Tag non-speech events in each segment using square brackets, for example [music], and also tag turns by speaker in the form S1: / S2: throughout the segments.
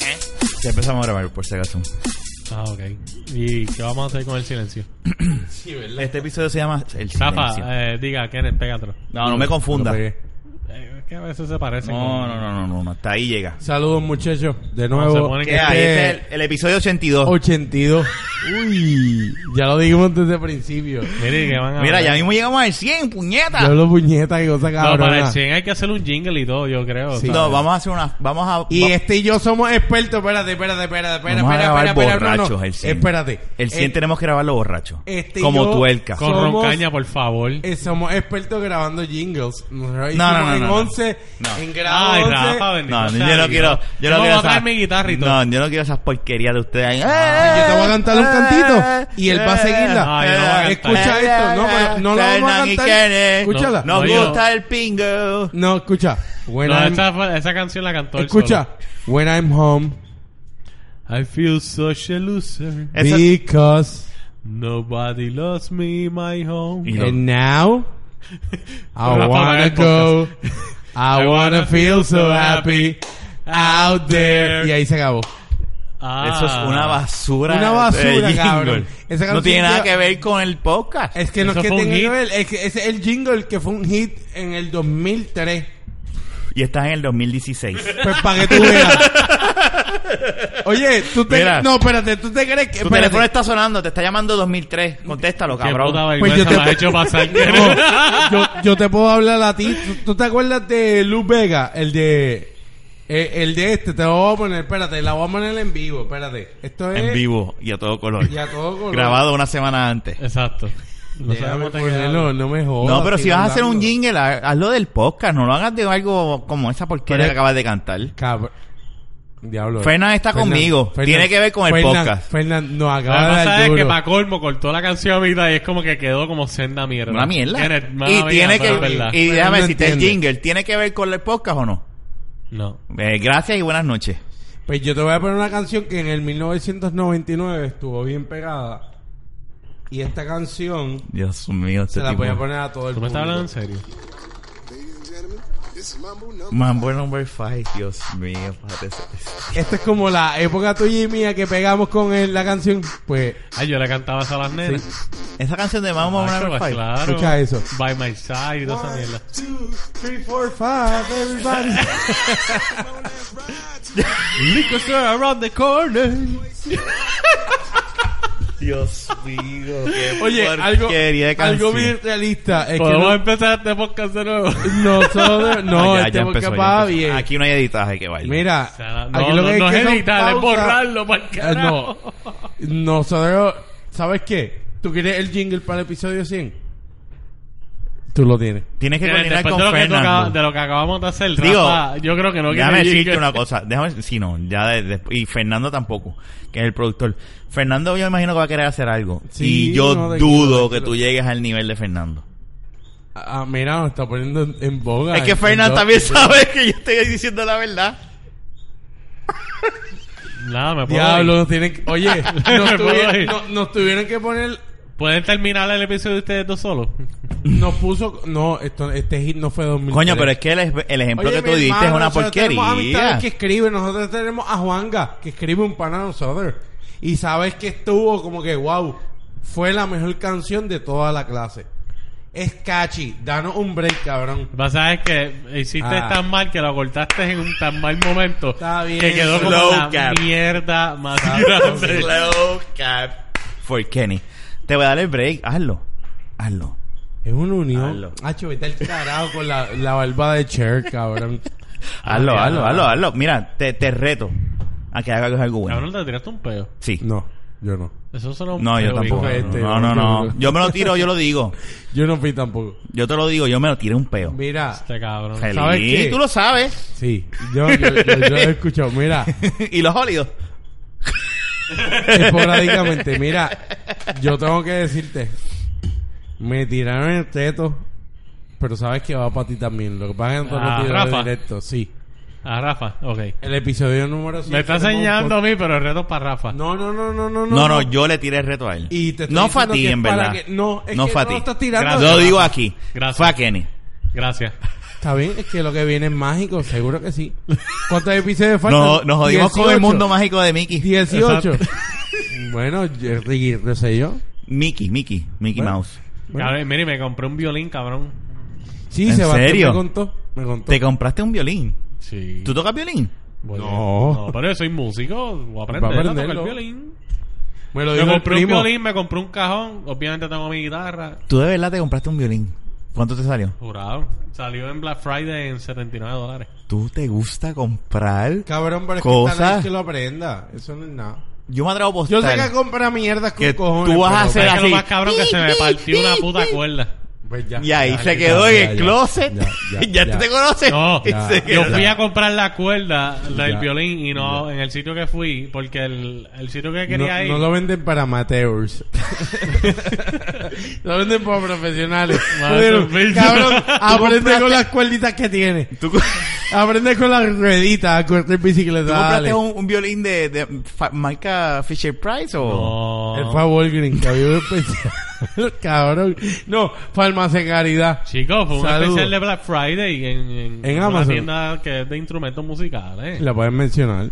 S1: ¿Eh? Ya empezamos a grabar, por si acaso.
S2: Ah, ok. ¿Y qué vamos a hacer con el silencio?
S3: Sí, ¿verdad?
S1: Este episodio se llama El
S2: Rafa,
S1: Silencio.
S2: eh, diga, Kenneth, pégatelo.
S1: No, no me confunda.
S3: Lo pegué.
S2: Eh, es que a veces se parecen.
S1: No, no, no, no, no, no, hasta ahí llega.
S3: Saludos muchachos, de
S2: se
S3: nuevo.
S2: pone
S1: ¿Qué hay? Este es el, el episodio 82.
S3: 82. Uy, ya lo dijimos desde el principio.
S2: Mire, que van a
S1: Mira, ya
S2: hablar.
S1: mismo llegamos al 100, puñeta.
S3: Ah, eh. Yo lo puñeta y cosa
S2: Ah. No, para
S3: cabrona.
S2: el 100 hay que hacer un jingle y todo, yo creo.
S3: Sí.
S2: o sea,
S1: No, vamos a hacer una. Vamos a.
S3: y
S1: va-
S3: este y yo somos expertos. Espérate, espérate, espérate, espérate,
S1: vamos a
S3: espérate,
S1: grabar
S3: espérate, no, no.
S1: borrachos el 100.
S3: Espérate.
S1: El 100
S3: Eh,
S1: tenemos que grabarlo borracho.
S3: este y
S1: Como
S3: yo-
S1: tuerca.
S2: Con
S3: somos-
S2: roncaña, por favor.
S3: eh, somos expertos grabando jingles. Nosotros
S1: No, no,
S3: hicimos
S1: no,
S3: en
S1: no, no.
S3: 11,
S1: No.
S3: en grado
S2: Ay,
S3: 11.
S2: [laughs] Rafa, Ah, bendito.
S1: No,
S2: sea
S1: yo no
S2: Dios.
S1: quiero. Yo no
S2: me voy
S1: quiero
S2: a traer
S1: esas-
S2: mi guitarra y todo.
S1: No, yo no quiero esas porquerías de ustedes.
S3: yo te voy a cantar un cantito y él va a seguirla.
S2: Ay, Ah, yo no voy a cantar.
S3: Escucha esto, no, pero no la vamos a
S1: Fernan y
S3: cantar.
S1: Kenneth.
S3: Escúchala.
S1: Nos
S2: No, yo no.
S1: gusta el pingo.
S3: No, escucha. When
S2: No,
S3: I'm-
S2: esa, fue- esa canción la cantó él
S3: escucha. When I'm home,
S2: solo. I feel such a loser.
S1: Esa-
S3: because
S2: Nobody loves me, my home.
S1: Y lo-
S3: and [laughs] now I
S2: Rafa, apaga
S3: wanna
S2: el
S3: go, I
S2: I
S3: wanna
S2: wanna
S3: feel so
S2: so
S3: happy out there. Y ahí se acabó.
S2: Ah.
S1: Eso es una basura.
S3: Una basura,
S1: de jingle.
S3: cabrón. Esa
S1: no
S3: canción
S1: tiene nada
S3: lleva-
S1: que ver con el podcast.
S3: Es que no es
S2: Eso
S3: que
S2: fue un
S3: tenga que
S2: hit.
S3: ver, es que ese es el jingle que fue un hit en el 2003.
S1: Y estás en el
S3: [laughs]
S1: 2016.
S3: Pues para que tú veas. Oye, tú te
S1: Mira.
S3: no, espérate, tú te crees que
S1: Tu
S3: espérate.
S1: teléfono está sonando, te está llamando 2003. Contéstalo,
S2: Qué puta
S1: cabrón.
S2: vergüenza
S3: Pues yo te-
S2: me has hecho pasar.
S3: [laughs] No, Oh, [laughs] yo, yo te puedo hablar a ti. ¿Tú, tú te acuerdas de Luz Vega? El de. eh, el de este, te lo voy a poner, espérate, la voy a poner en vivo, espérate. Esto es.
S1: En vivo y a todo color.
S3: Eh, Y a todo color.
S1: Grabado una semana antes.
S2: Exacto. No
S3: Déjame
S2: sabemos te
S3: ponerlo, no me jodas.
S1: No, pero si
S3: sigue
S1: vas a hacer un
S3: hablando.
S1: jingle, ha- hazlo del podcast. No lo hagas de algo como esa porquería
S3: Pero-
S1: que acabas de cantar.
S3: Cabr- Diablo.
S1: Fernan está conmigo. Tiene que ver con el
S3: Fernan,
S1: podcast.
S3: Fernan
S2: Lo
S3: nos
S2: que
S3: acaba de
S2: pasa
S3: dar
S2: es que
S3: Ah, duro.
S2: para colmo cortó la canción a mitad y es como que quedó como senda mierda.
S1: Una mierda.
S2: Kenneth, mala
S1: y
S2: mía,
S1: tiene
S2: pero es verdad.
S1: que. Y,
S3: Pero
S1: déjame
S3: no
S1: decirte el
S3: entiende.
S1: jingle. ¿Tiene que ver con el podcast o no?
S2: No.
S1: Eh, gracias y buenas noches.
S3: Pues yo te voy a poner una canción que en el 1999 estuvo bien pegada. Y esta canción
S1: Dios mío, este
S3: se la
S1: tipo.
S3: voy a poner a todo el
S2: ¿Tú me
S3: mundo.
S2: estás hablando en serio?
S4: Ladies and gentlemen, this is Mambo number.
S1: Mambo number 5, Dios mío. fíjate eso.
S3: Esta es como la época tuya y mía que pegamos con él la canción. Pues,
S2: Ay, yo le cantaba esa a las nenas.
S1: Esa canción de Mambo
S2: Macho,
S1: number
S2: pues,
S1: 5.
S2: claro.
S3: Escucha eso.
S2: By my side y toda esa mierda.
S4: Two,
S3: three, four, five, everybody.
S1: [laughs]
S4: let's ride to
S2: Liquor store around the corner.
S1: Dios mío.
S3: Oye, algo,
S1: de
S3: algo
S1: canción.
S3: bien realista. Es que
S2: Podemos
S3: no-
S2: empezar este podcast de
S3: [laughs]
S2: nuevo.
S3: nosotros,
S1: [laughs]
S3: no,
S1: Ah, ya, ya
S3: estamos
S1: empezó, ya
S3: capados
S1: empezó.
S3: bien.
S1: Aquí no hay editaje que vaya.
S3: Mira,
S2: O sea, no,
S3: aquí
S2: no,
S3: lo que
S2: no
S3: hay
S2: es
S3: que son
S2: editar, es
S3: pausas.
S2: borrarlo para el
S3: Eh,
S2: carajo.
S3: No, nosotros, ¿sabes qué? ¿Tú quieres el jingle para el episodio 100? Tú lo tienes.
S1: Tienes que
S2: Kenneth,
S1: coordinar
S2: Después
S1: con
S2: de lo, que tú acabas-
S1: Fernando.
S2: de lo que acabamos de hacer,
S1: Digo,
S2: Rafa, yo creo que no quiere
S1: Déjame
S2: decir
S1: decirte
S2: que-
S1: una cosa. Déjame, sí, no, ya de- de- y Fernando tampoco, que es el productor. Fernando yo me imagino que va a querer hacer algo.
S3: Sí,
S1: y yo
S3: no, de-
S1: dudo que
S3: de-
S1: tú llegues al nivel de Fernando.
S3: Ah, mira, nos está poniendo en, en boga.
S1: es que
S3: En-
S1: Fernando
S3: en-
S1: también sabe que yo estoy diciendo la verdad.
S2: Nada, me puedo
S3: Diablo,
S2: ir.
S3: nos tienen que- Oye,
S1: [laughs]
S3: nos,
S2: Me puedo
S3: tuvieron,
S2: ir.
S3: no- nos tuvieron que poner...
S2: ¿Pueden terminar el episodio de ustedes dos solos?
S3: Nos puso... No, esto, este hit no fue 2000.
S1: Coño, pero es que el, el ejemplo que tú diste es una
S3: Tenemos amistades
S1: porquería.
S3: que escribe. Nosotros tenemos a Juanga, que escribe un pana a nosotros. Y sabes que estuvo como que, wow, fue la mejor canción de toda la clase. Es catchy. Danos un break, cabrón.
S2: Lo que pasa es que hiciste
S3: Ah.
S2: tan mal que lo cortaste en un tan mal momento
S3: Está bien,
S2: que quedó como
S1: slow
S2: la
S1: cap.
S2: mierda más
S3: Exacto.
S2: grande.
S1: Slow cap for Kenny. Te voy a dar el break. Hazlo. Hazlo.
S3: Es una unión.
S1: Hazlo.
S3: Hacho, vete al carajo con la, la barba de Cher, cabrón.
S1: Hazlo,
S2: Ah,
S1: hazlo,
S2: ya.
S1: hazlo, hazlo. Mira, te, te reto a que hagas algo bueno.
S2: [laughs] Cabrón, te tiraste un peo.
S1: Sí.
S3: No, yo no.
S2: Eso solo un
S1: No, yo
S2: peo,
S1: tampoco.
S3: hijo. Este,
S1: No, no, no.
S3: no.
S1: Yo me lo tiro, yo lo digo.
S3: Yo no fui tampoco.
S1: Yo te lo digo, yo me lo tiré un peo.
S3: Mira,
S2: Este cabrón.
S1: Feliz.
S3: ¿sabes qué?
S1: Tú lo sabes. [laughs]
S3: sí, yo, yo, yo, yo he escuchado. Mira,
S1: y los óleos.
S3: esporádicamente, mira, yo tengo que decirte, me tiraron el teto, pero sabes que va para ti también. Lo que pasa es que no te lo
S2: Ah,
S3: tiro
S2: Rafa.
S3: directo, sí.
S2: A Rafa, ok.
S3: El episodio número 100.
S2: Me está enseñando a mí, pero el reto es para Rafa.
S3: No, no, no, no, no, no.
S1: No, no, yo le tiré el reto a él.
S3: Y te estoy
S1: no
S3: diciendo
S1: fue a ti,
S3: que es
S1: en
S3: para
S1: verdad.
S3: que- no, es que
S1: fue a
S3: no lo
S1: ti.
S3: estás tirando.
S1: Gracias. Lo digo aquí.
S2: Gracias.
S1: Fue a Kenny.
S2: Gracias.
S3: Está bien, es que lo que viene es mágico, seguro que sí. ¿Cuántos episodios faltan?
S1: Nos, nos jodimos con el
S3: 18.
S1: mundo mágico de Mickey.
S3: 18. bueno, yo- Ricky, no sé yo.
S1: Mickey, Mickey, Mickey
S3: Bueno.
S1: Mouse.
S3: Bueno.
S2: Cabrón, mire, me compré un violín, cabrón.
S3: Sí,
S1: ¿En
S3: Sebastián
S1: serio?
S3: me contó. Me contó.
S1: Te compraste un violín.
S2: Sí.
S1: ¿Tú tocas violín?
S2: Bueno,
S3: No.
S2: No, pero yo soy músico. Voy a aprender
S3: Va a
S2: a tocar
S3: aprenderlo.
S2: violín.
S3: Me lo
S2: Me
S3: dijo el
S2: compré un
S3: primo.
S2: violín, me compré un cajón. Obviamente tengo mi guitarra.
S1: Tú de verdad te compraste un violín. ¿Cuánto te salió?
S2: Jurado. Salió en Black Friday en 79 dólares.
S1: ¿Tú te gusta comprar?
S3: Cabrón, pero es
S1: Cosa.
S3: que está bien que lo aprenda. Eso no es nada.
S1: Yo me atrevo a
S3: Yo
S1: postar.
S3: sé que compra mierdas con
S1: Que
S3: cojones.
S1: tú vas a
S3: pero-
S1: hacer-
S2: ¿Sabes que
S1: así.
S2: lo más cabrón que se me partió una puta
S1: [laughs]
S2: cuerda?
S3: Pues ya.
S1: Y ahí
S3: Ya,
S1: se
S3: ya,
S1: quedó
S3: ya,
S1: en el
S3: ya,
S1: closet.
S3: ya,
S1: [laughs] Ya,
S3: ya, ya.
S1: te conoces.
S2: No,
S1: [laughs] Y
S2: ya.
S1: se quedó.
S2: Yo fui a comprar la cuerda del
S3: Ya.
S2: violín y no en el sitio que fui, porque el, el sitio que quería
S3: No,
S2: ir.
S3: no lo venden
S1: [laughs]
S3: para amateurs. [laughs] lo venden para profesionales. Pero,
S2: Masterpiece.
S3: cabrón, [laughs] aprende
S1: compraste-
S3: con las cuerditas que tiene.
S1: Tú co-
S3: Aprende con las rueditas a correr bicicleta.
S1: ¿Tú compraste
S3: dale.
S1: un, un violín de, de fa- marca Fisher Price o...?
S2: No.
S3: El fue a Walgreens, que había un especial. [laughs] cabrón. No, farmacia caridad.
S2: Chicos, fue un
S3: Saludos.
S2: especial de Black Friday en, en,
S3: En
S2: una
S3: Amazon.
S2: tienda que es de instrumentos musicales.
S3: La pueden mencionar.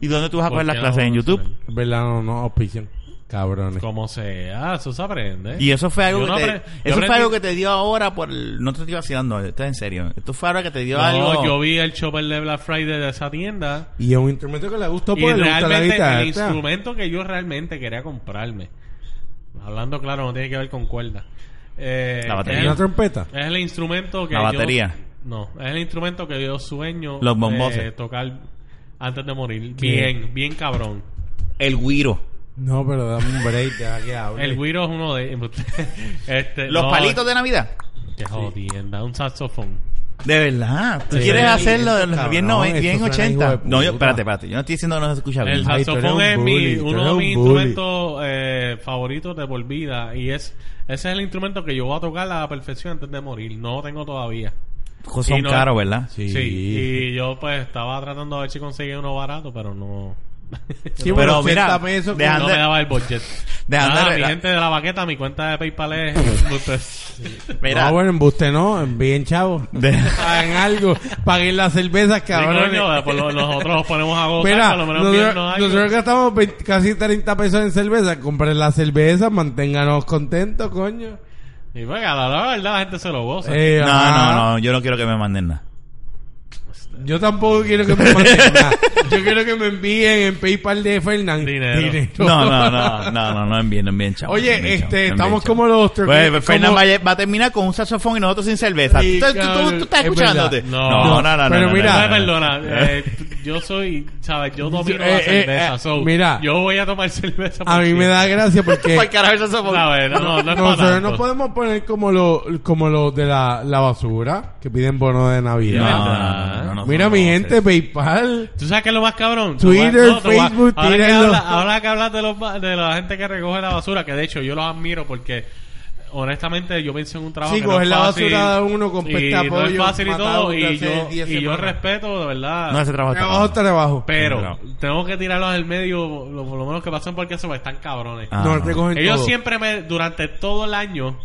S1: ¿Y dónde tú vas a
S2: ¿Por
S1: coger las
S2: qué
S1: clases?
S2: no
S1: ¿En
S2: vamos a
S1: YouTube?
S2: hacer?
S3: ¿Verdad? No, no, auspician. Cabrones.
S2: Como sea, eso se aprende.
S1: Y eso fue algo
S2: Yo no
S1: que te,
S2: apre- yo
S1: eso fue
S2: aprendí-
S1: algo que te dio ahora por el- no te estoy vacilando, esto es en serio. Esto fue algo que te dio
S2: No,
S1: algo.
S2: yo vi el shopper de Black Friday de esa tienda.
S3: Y es un instrumento que le gustó
S2: Y
S3: porque le gusta la
S2: realmente el
S3: guitarra.
S2: instrumento que yo realmente quería comprarme. Hablando claro, no tiene que ver con cuerda. Eh,
S1: La batería.
S2: es
S3: ¿Es
S2: el-
S3: una trompeta?
S2: Es el instrumento que
S1: La
S2: yo-
S1: batería.
S2: no, es el instrumento que yo sueño
S1: Los
S2: eh,
S1: bomboses.
S2: tocar antes de morir.
S3: ¿Qué?
S2: Bien, bien cabrón.
S1: El guiro.
S3: No, pero dame un break, deja que hable.
S2: El güiro es uno de [laughs] este,
S1: Los
S2: no,
S1: palitos de Navidad.
S2: Qué jodienda, un saxofón.
S1: De verdad. Tú
S3: Sí.
S1: quieres hacerlo de los
S3: Cabrón,
S1: bien, noven-
S3: esto
S1: bien
S3: suena
S1: 80.
S3: hijo de
S1: No, yo,
S3: puta.
S1: espérate, espérate. Yo no estoy diciendo que no se escucha bien.
S2: El
S3: Ay, tú eres
S2: saxofón
S3: un
S2: es
S3: bully,
S2: mi,
S3: tú
S2: uno
S3: eres
S2: de
S3: un
S2: mis
S3: bully.
S2: instrumentos eh, favoritos de por vida y es ese es el instrumento que yo voy a tocar a la perfección antes de morir. No lo tengo todavía.
S1: Cosas Son
S2: y no-
S1: caros, ¿verdad?
S3: Sí.
S2: y yo pues estaba tratando de ver si conseguía uno barato, pero
S3: [laughs]
S2: no.
S3: Sí,
S1: Pero
S3: pero 80
S1: mira,
S3: pesos
S1: deja-
S2: no
S1: Ande-
S2: me daba el budget.
S1: Dejando
S2: Nada,
S1: de-
S2: mi
S1: la-
S2: gente de la baqueta, mi cuenta de PayPal
S3: [laughs]
S2: es.
S1: Mira,
S3: No, bueno, embuste no, bien chavo.
S1: de-
S3: Hagan algo, paguen las cervezas,
S2: Cabrón,
S3: cabrones.
S2: nosotros nos ponemos a gozar,
S3: eh. Mira,
S2: por lo menos
S3: nosotros,
S2: viendo algo.
S3: nosotros gastamos 20 casi 30 pesos en cerveza. Compren las cervezas, manténganos contentos, coño.
S2: Y pues, a la, la verdad, la gente se lo goza.
S3: Eh,
S1: no,
S3: ajá.
S1: no, no. Yo no quiero que me manden nada.
S3: Yo tampoco quiero que me manden nada. Yo quiero que me envíen en PayPal de Fernández.
S2: Dinero.
S1: No, no, no,
S3: [laughs]
S1: no, no, no, es bien, es bien, chavo.
S3: Oye,
S1: es bien, chavo,
S3: este,
S1: es bien,
S3: estamos
S1: chavo.
S3: como los
S1: Pues,
S3: turcos.
S1: pues,
S3: como-
S1: Fernan va, va a terminar con un saxofón y nosotros sin cerveza.
S3: Sí,
S1: ¿Tú, tú- tú- tú estás
S3: es
S1: escuchándote?
S3: verdad.
S2: No.
S1: no, no, no,
S3: Pero
S1: no,
S3: mira-
S1: no,
S2: Ay,
S1: no, no.
S2: perdona, eh, yo soy, sabes, yo domino
S3: Eh,
S2: la
S3: eh,
S2: cerveza.
S3: eh,
S2: so,
S3: mira.
S2: yo voy a tomar cerveza.
S3: A mí me da
S1: [laughs]
S3: gracia porque
S1: Para el Pues, carajo el saxofón.
S2: La verdad, no, no es para
S3: nosotros
S2: tanto.
S1: pues.
S3: no podemos poner como los como los de la, la basura que piden bono de
S1: No,
S3: Navidad.
S1: no, no, no, no,
S3: Mira,
S1: no,
S3: mi
S1: no,
S3: gente,
S1: no.
S3: PayPal.
S2: ¿Tú sabes qué es lo más cabrón?
S3: Twitter,
S2: Te voy a- te voy a-
S3: Facebook,
S2: ahora que,
S3: tírenlo.
S2: habla- ahora que hablas de, los, ba- de la gente que recoge la basura, que de hecho yo los admiro porque honestamente yo pienso en un trabajo
S3: Sí,
S2: que no
S3: coger
S2: es
S3: la
S2: fácil,
S3: basura de uno con
S2: y
S3: pesta
S2: no es
S3: pollo,
S2: fácil y
S3: matado
S2: todo y
S3: desde
S2: yo,
S3: hace 10
S2: y yo
S3: semanas.
S2: respeto de verdad
S1: No, ese trabajo está
S3: Trabajo,
S1: cabrón.
S3: trabajo.
S2: pero
S1: No.
S2: tengo que tirarlos al medio lo- por lo menos que pasan porque se me están cabrones
S1: Ah,
S3: no,
S1: no.
S3: recogen
S2: Ellos
S3: todo.
S2: siempre me, durante todo el año,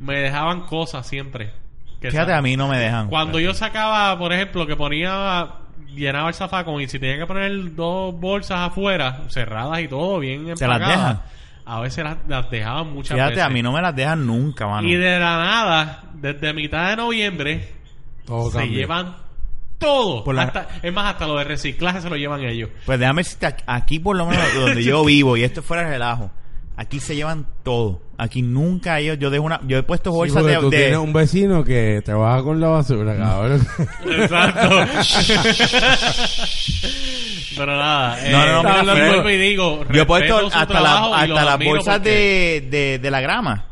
S2: me dejaban cosas siempre. Que
S1: Fíjate,
S2: sa-
S1: a mí no me dejan.
S2: Cuando yo sacaba, por ejemplo, que ponía, llenaba el zafacón y si tenía que poner dos bolsas afuera, cerradas y todo, bien
S1: ¿Se las
S2: empacadas,
S1: dejan?
S2: a veces las, las dejaban muchas
S1: Fíjate,
S2: veces.
S1: a mí no me las dejan nunca, mano.
S2: Y de la nada, desde mitad de noviembre,
S3: Todo
S2: se
S3: cambia.
S2: llevan todo.
S1: Por la-
S2: Hasta- es más, hasta lo de reciclaje se lo llevan ellos.
S1: Pues déjame decirte, aquí- aquí por lo menos donde
S3: [laughs]
S1: yo vivo, y esto fuera de relajo, aquí se llevan todo. Aquí nunca ellos, yo dejo una, yo he puesto
S3: Sí,
S1: bolsas
S3: porque
S1: de, Mm.
S3: tú
S1: de-
S3: tienes un vecino que trabaja con la
S1: [laughs]
S3: basura, cabrón.
S2: Exacto. Pero nada. eh,
S1: No, no, no,
S2: mira,
S1: mira,
S2: vuelvo
S1: pero-
S2: y digo,
S1: yo he
S2: respeto
S1: puesto
S2: su
S1: hasta, la-
S2: trabajo y los
S1: hasta las
S2: admiro
S1: bolsas
S2: porque-
S1: de, de, de la grama,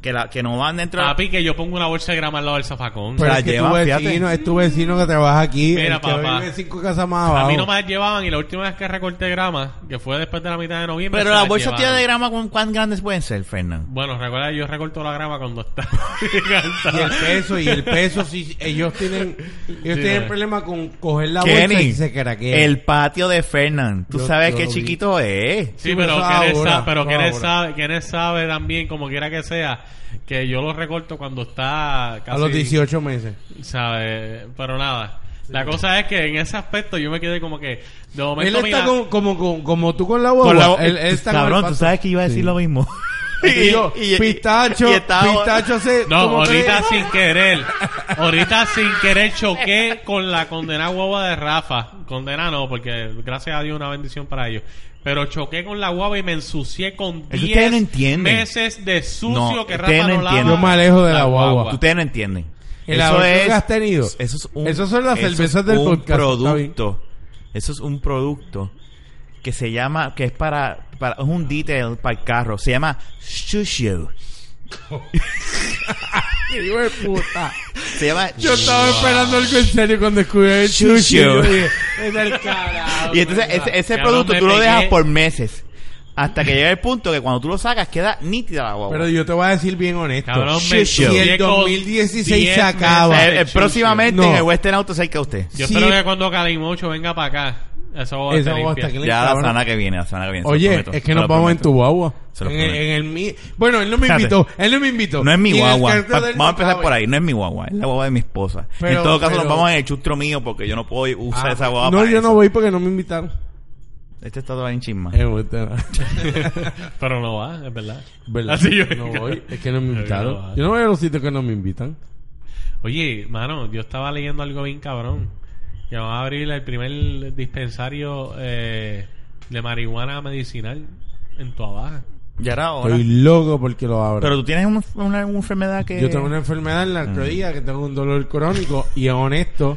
S1: que, la, que no van dentro. de
S2: Papi, que yo pongo una bolsa de grama al lado del zafacón.
S3: Pero
S1: la
S3: es que tu
S1: llevan, fíjate.
S3: vecino, es tu vecino que trabaja aquí,
S2: Mira,
S3: el que
S2: papá.
S3: vive cinco casas más
S2: a
S3: abajo.
S2: mí no me las llevaban y la última vez que recorté grama, que fue después de la mitad de noviembre.
S1: Pero
S2: se
S1: las
S2: las
S1: bolsas tías
S2: llevaron.
S1: de grama, ¿cuán, cuán grandes pueden ser, Fernando?
S2: Bueno, recuerda, que yo recorto la grama cuando está. [laughs]
S3: Y el peso, y el peso, sí, ellos tienen, ellos
S2: Sí,
S3: tienen
S2: no.
S3: problema con coger la bolsa
S1: Kenny,
S3: y se craquean.
S1: el patio de Fernand. Tú
S3: Yo-
S1: sabes
S3: yo
S1: qué
S3: lo vi.
S1: chiquito es.
S2: Sí,
S3: Sí,
S2: pero
S3: pero eso
S2: Kenneth
S3: ahora,
S2: sabe, pero
S3: eso
S2: Kenneth
S3: ahora.
S2: sabe, Kenneth sabe también, como quiera que sea, que yo lo recorto cuando está casi...
S3: a los 18 meses.
S2: ¿Sabes? Pero nada. La cosa es que en ese aspecto yo me quedé como que... De
S3: Él
S2: momento,
S3: está
S2: mira,
S3: como, como, como, como tú con la
S1: Con la-
S3: guagua. él, él está con el
S1: cabrón, tú
S3: pato.
S1: sabes que iba a decir
S3: Sí.
S1: lo mismo.
S3: [laughs]
S1: [laughs]
S2: [laughs]
S3: Y yo, pistacho,
S1: y estaba-
S3: pistacho hace.
S2: No,
S3: como tres-
S2: ahorita sin
S1: [laughs]
S2: querer. Ahorita sin querer choqué con la condena guagua de Rafa. Condena no, porque gracias a Dios una bendición para ellos. Pero choqué con la guagua y me ensucié con
S1: Es que ustedes
S2: 10
S1: no entienden.
S2: meses de sucio
S1: No,
S2: que Rafa
S1: ustedes no
S2: no, lava.
S1: entienden.
S3: Yo me alejo de la guagua.
S1: Ustedes no entienden.
S3: El ahorro que has tenido.
S1: Eso es un,
S3: Esas son las
S1: eso es
S3: cervezas del
S1: un
S3: podcast, está
S1: producto. Eso es un producto que se llama, que es para, para es un detail para el carro. Se llama Shushu.
S3: [laughs] Hijo de
S2: [laughs]
S3: puta.
S1: Se llama
S3: [laughs] Yo estaba esperando algo en serio cuando descubrí el
S1: Chuchu.
S3: chuchu. yo dije, Es del carajo.
S1: Y entonces ese, ese
S2: Cabrón,
S1: producto
S2: me
S1: tú lo
S2: pegué.
S1: dejas por meses. Hasta que llega el punto que cuando tú lo sacas queda nítida la guagua.
S3: Pero yo te voy a decir bien honesto.
S2: Cabrón,
S1: Shit
S2: me
S1: show.
S2: ensucié
S1: Y
S3: el
S2: con
S3: 2016
S2: 10
S3: se
S2: meses
S1: Eh,
S3: acaba.
S2: de
S1: eh,
S2: chucho.
S1: próximamente
S3: No.
S1: en el Western Auto cerca de usted.
S2: Yo
S3: Sí.
S2: espero que cuando Calimocho venga para acá, eso va a
S3: Eso
S2: estar
S3: va a estar
S2: limpio.
S3: clean,
S1: Ya la
S3: cabrón.
S1: semana que viene, la semana que viene. se lo
S3: Oye,
S1: prometo,
S3: es
S1: se
S3: que nos
S1: lo
S3: vamos en
S1: prometo.
S3: tu guagua.
S1: Se lo
S3: en, el-
S1: prometo.
S3: en el mi... Bueno, él no me
S1: Espérate.
S3: invitó. Él no me invitó.
S1: No es mi
S3: Y en el
S1: guagua.
S3: cartero
S1: Pa-
S3: del
S1: vamos a empezar
S3: Mojave.
S1: por ahí. No es mi guagua. Es la guagua de mi esposa.
S3: Pero-
S1: en todo caso,
S3: pero-
S1: nos vamos en el chustro mío porque yo no puedo usar
S3: Ah,
S1: esa guagua
S3: No,
S1: para
S3: yo
S1: eso.
S3: no voy porque no me invitaron.
S1: Este está todavía en chisma.
S3: Eh, bueno, te
S1: [laughs]
S3: va.
S2: [laughs] Pero no va, es verdad.
S3: ¿Verdad?
S2: Así yo-
S3: no voy, es que no me
S2: [laughs] Yo
S3: invitaron.
S2: no-
S3: Yo no voy a los sitios que no me invitan.
S2: Oye, mano, yo estaba leyendo algo bien cabrón. Que van a abrir el primer dispensario eh, de marihuana medicinal en Toa Baja.
S1: Ya era ahora.
S3: Estoy loco porque lo abro.
S1: Pero tú tienes un- una, una enfermedad que...
S3: Yo tengo una enfermedad en la
S1: Mm.
S3: artrodía que tengo un dolor crónico y honesto,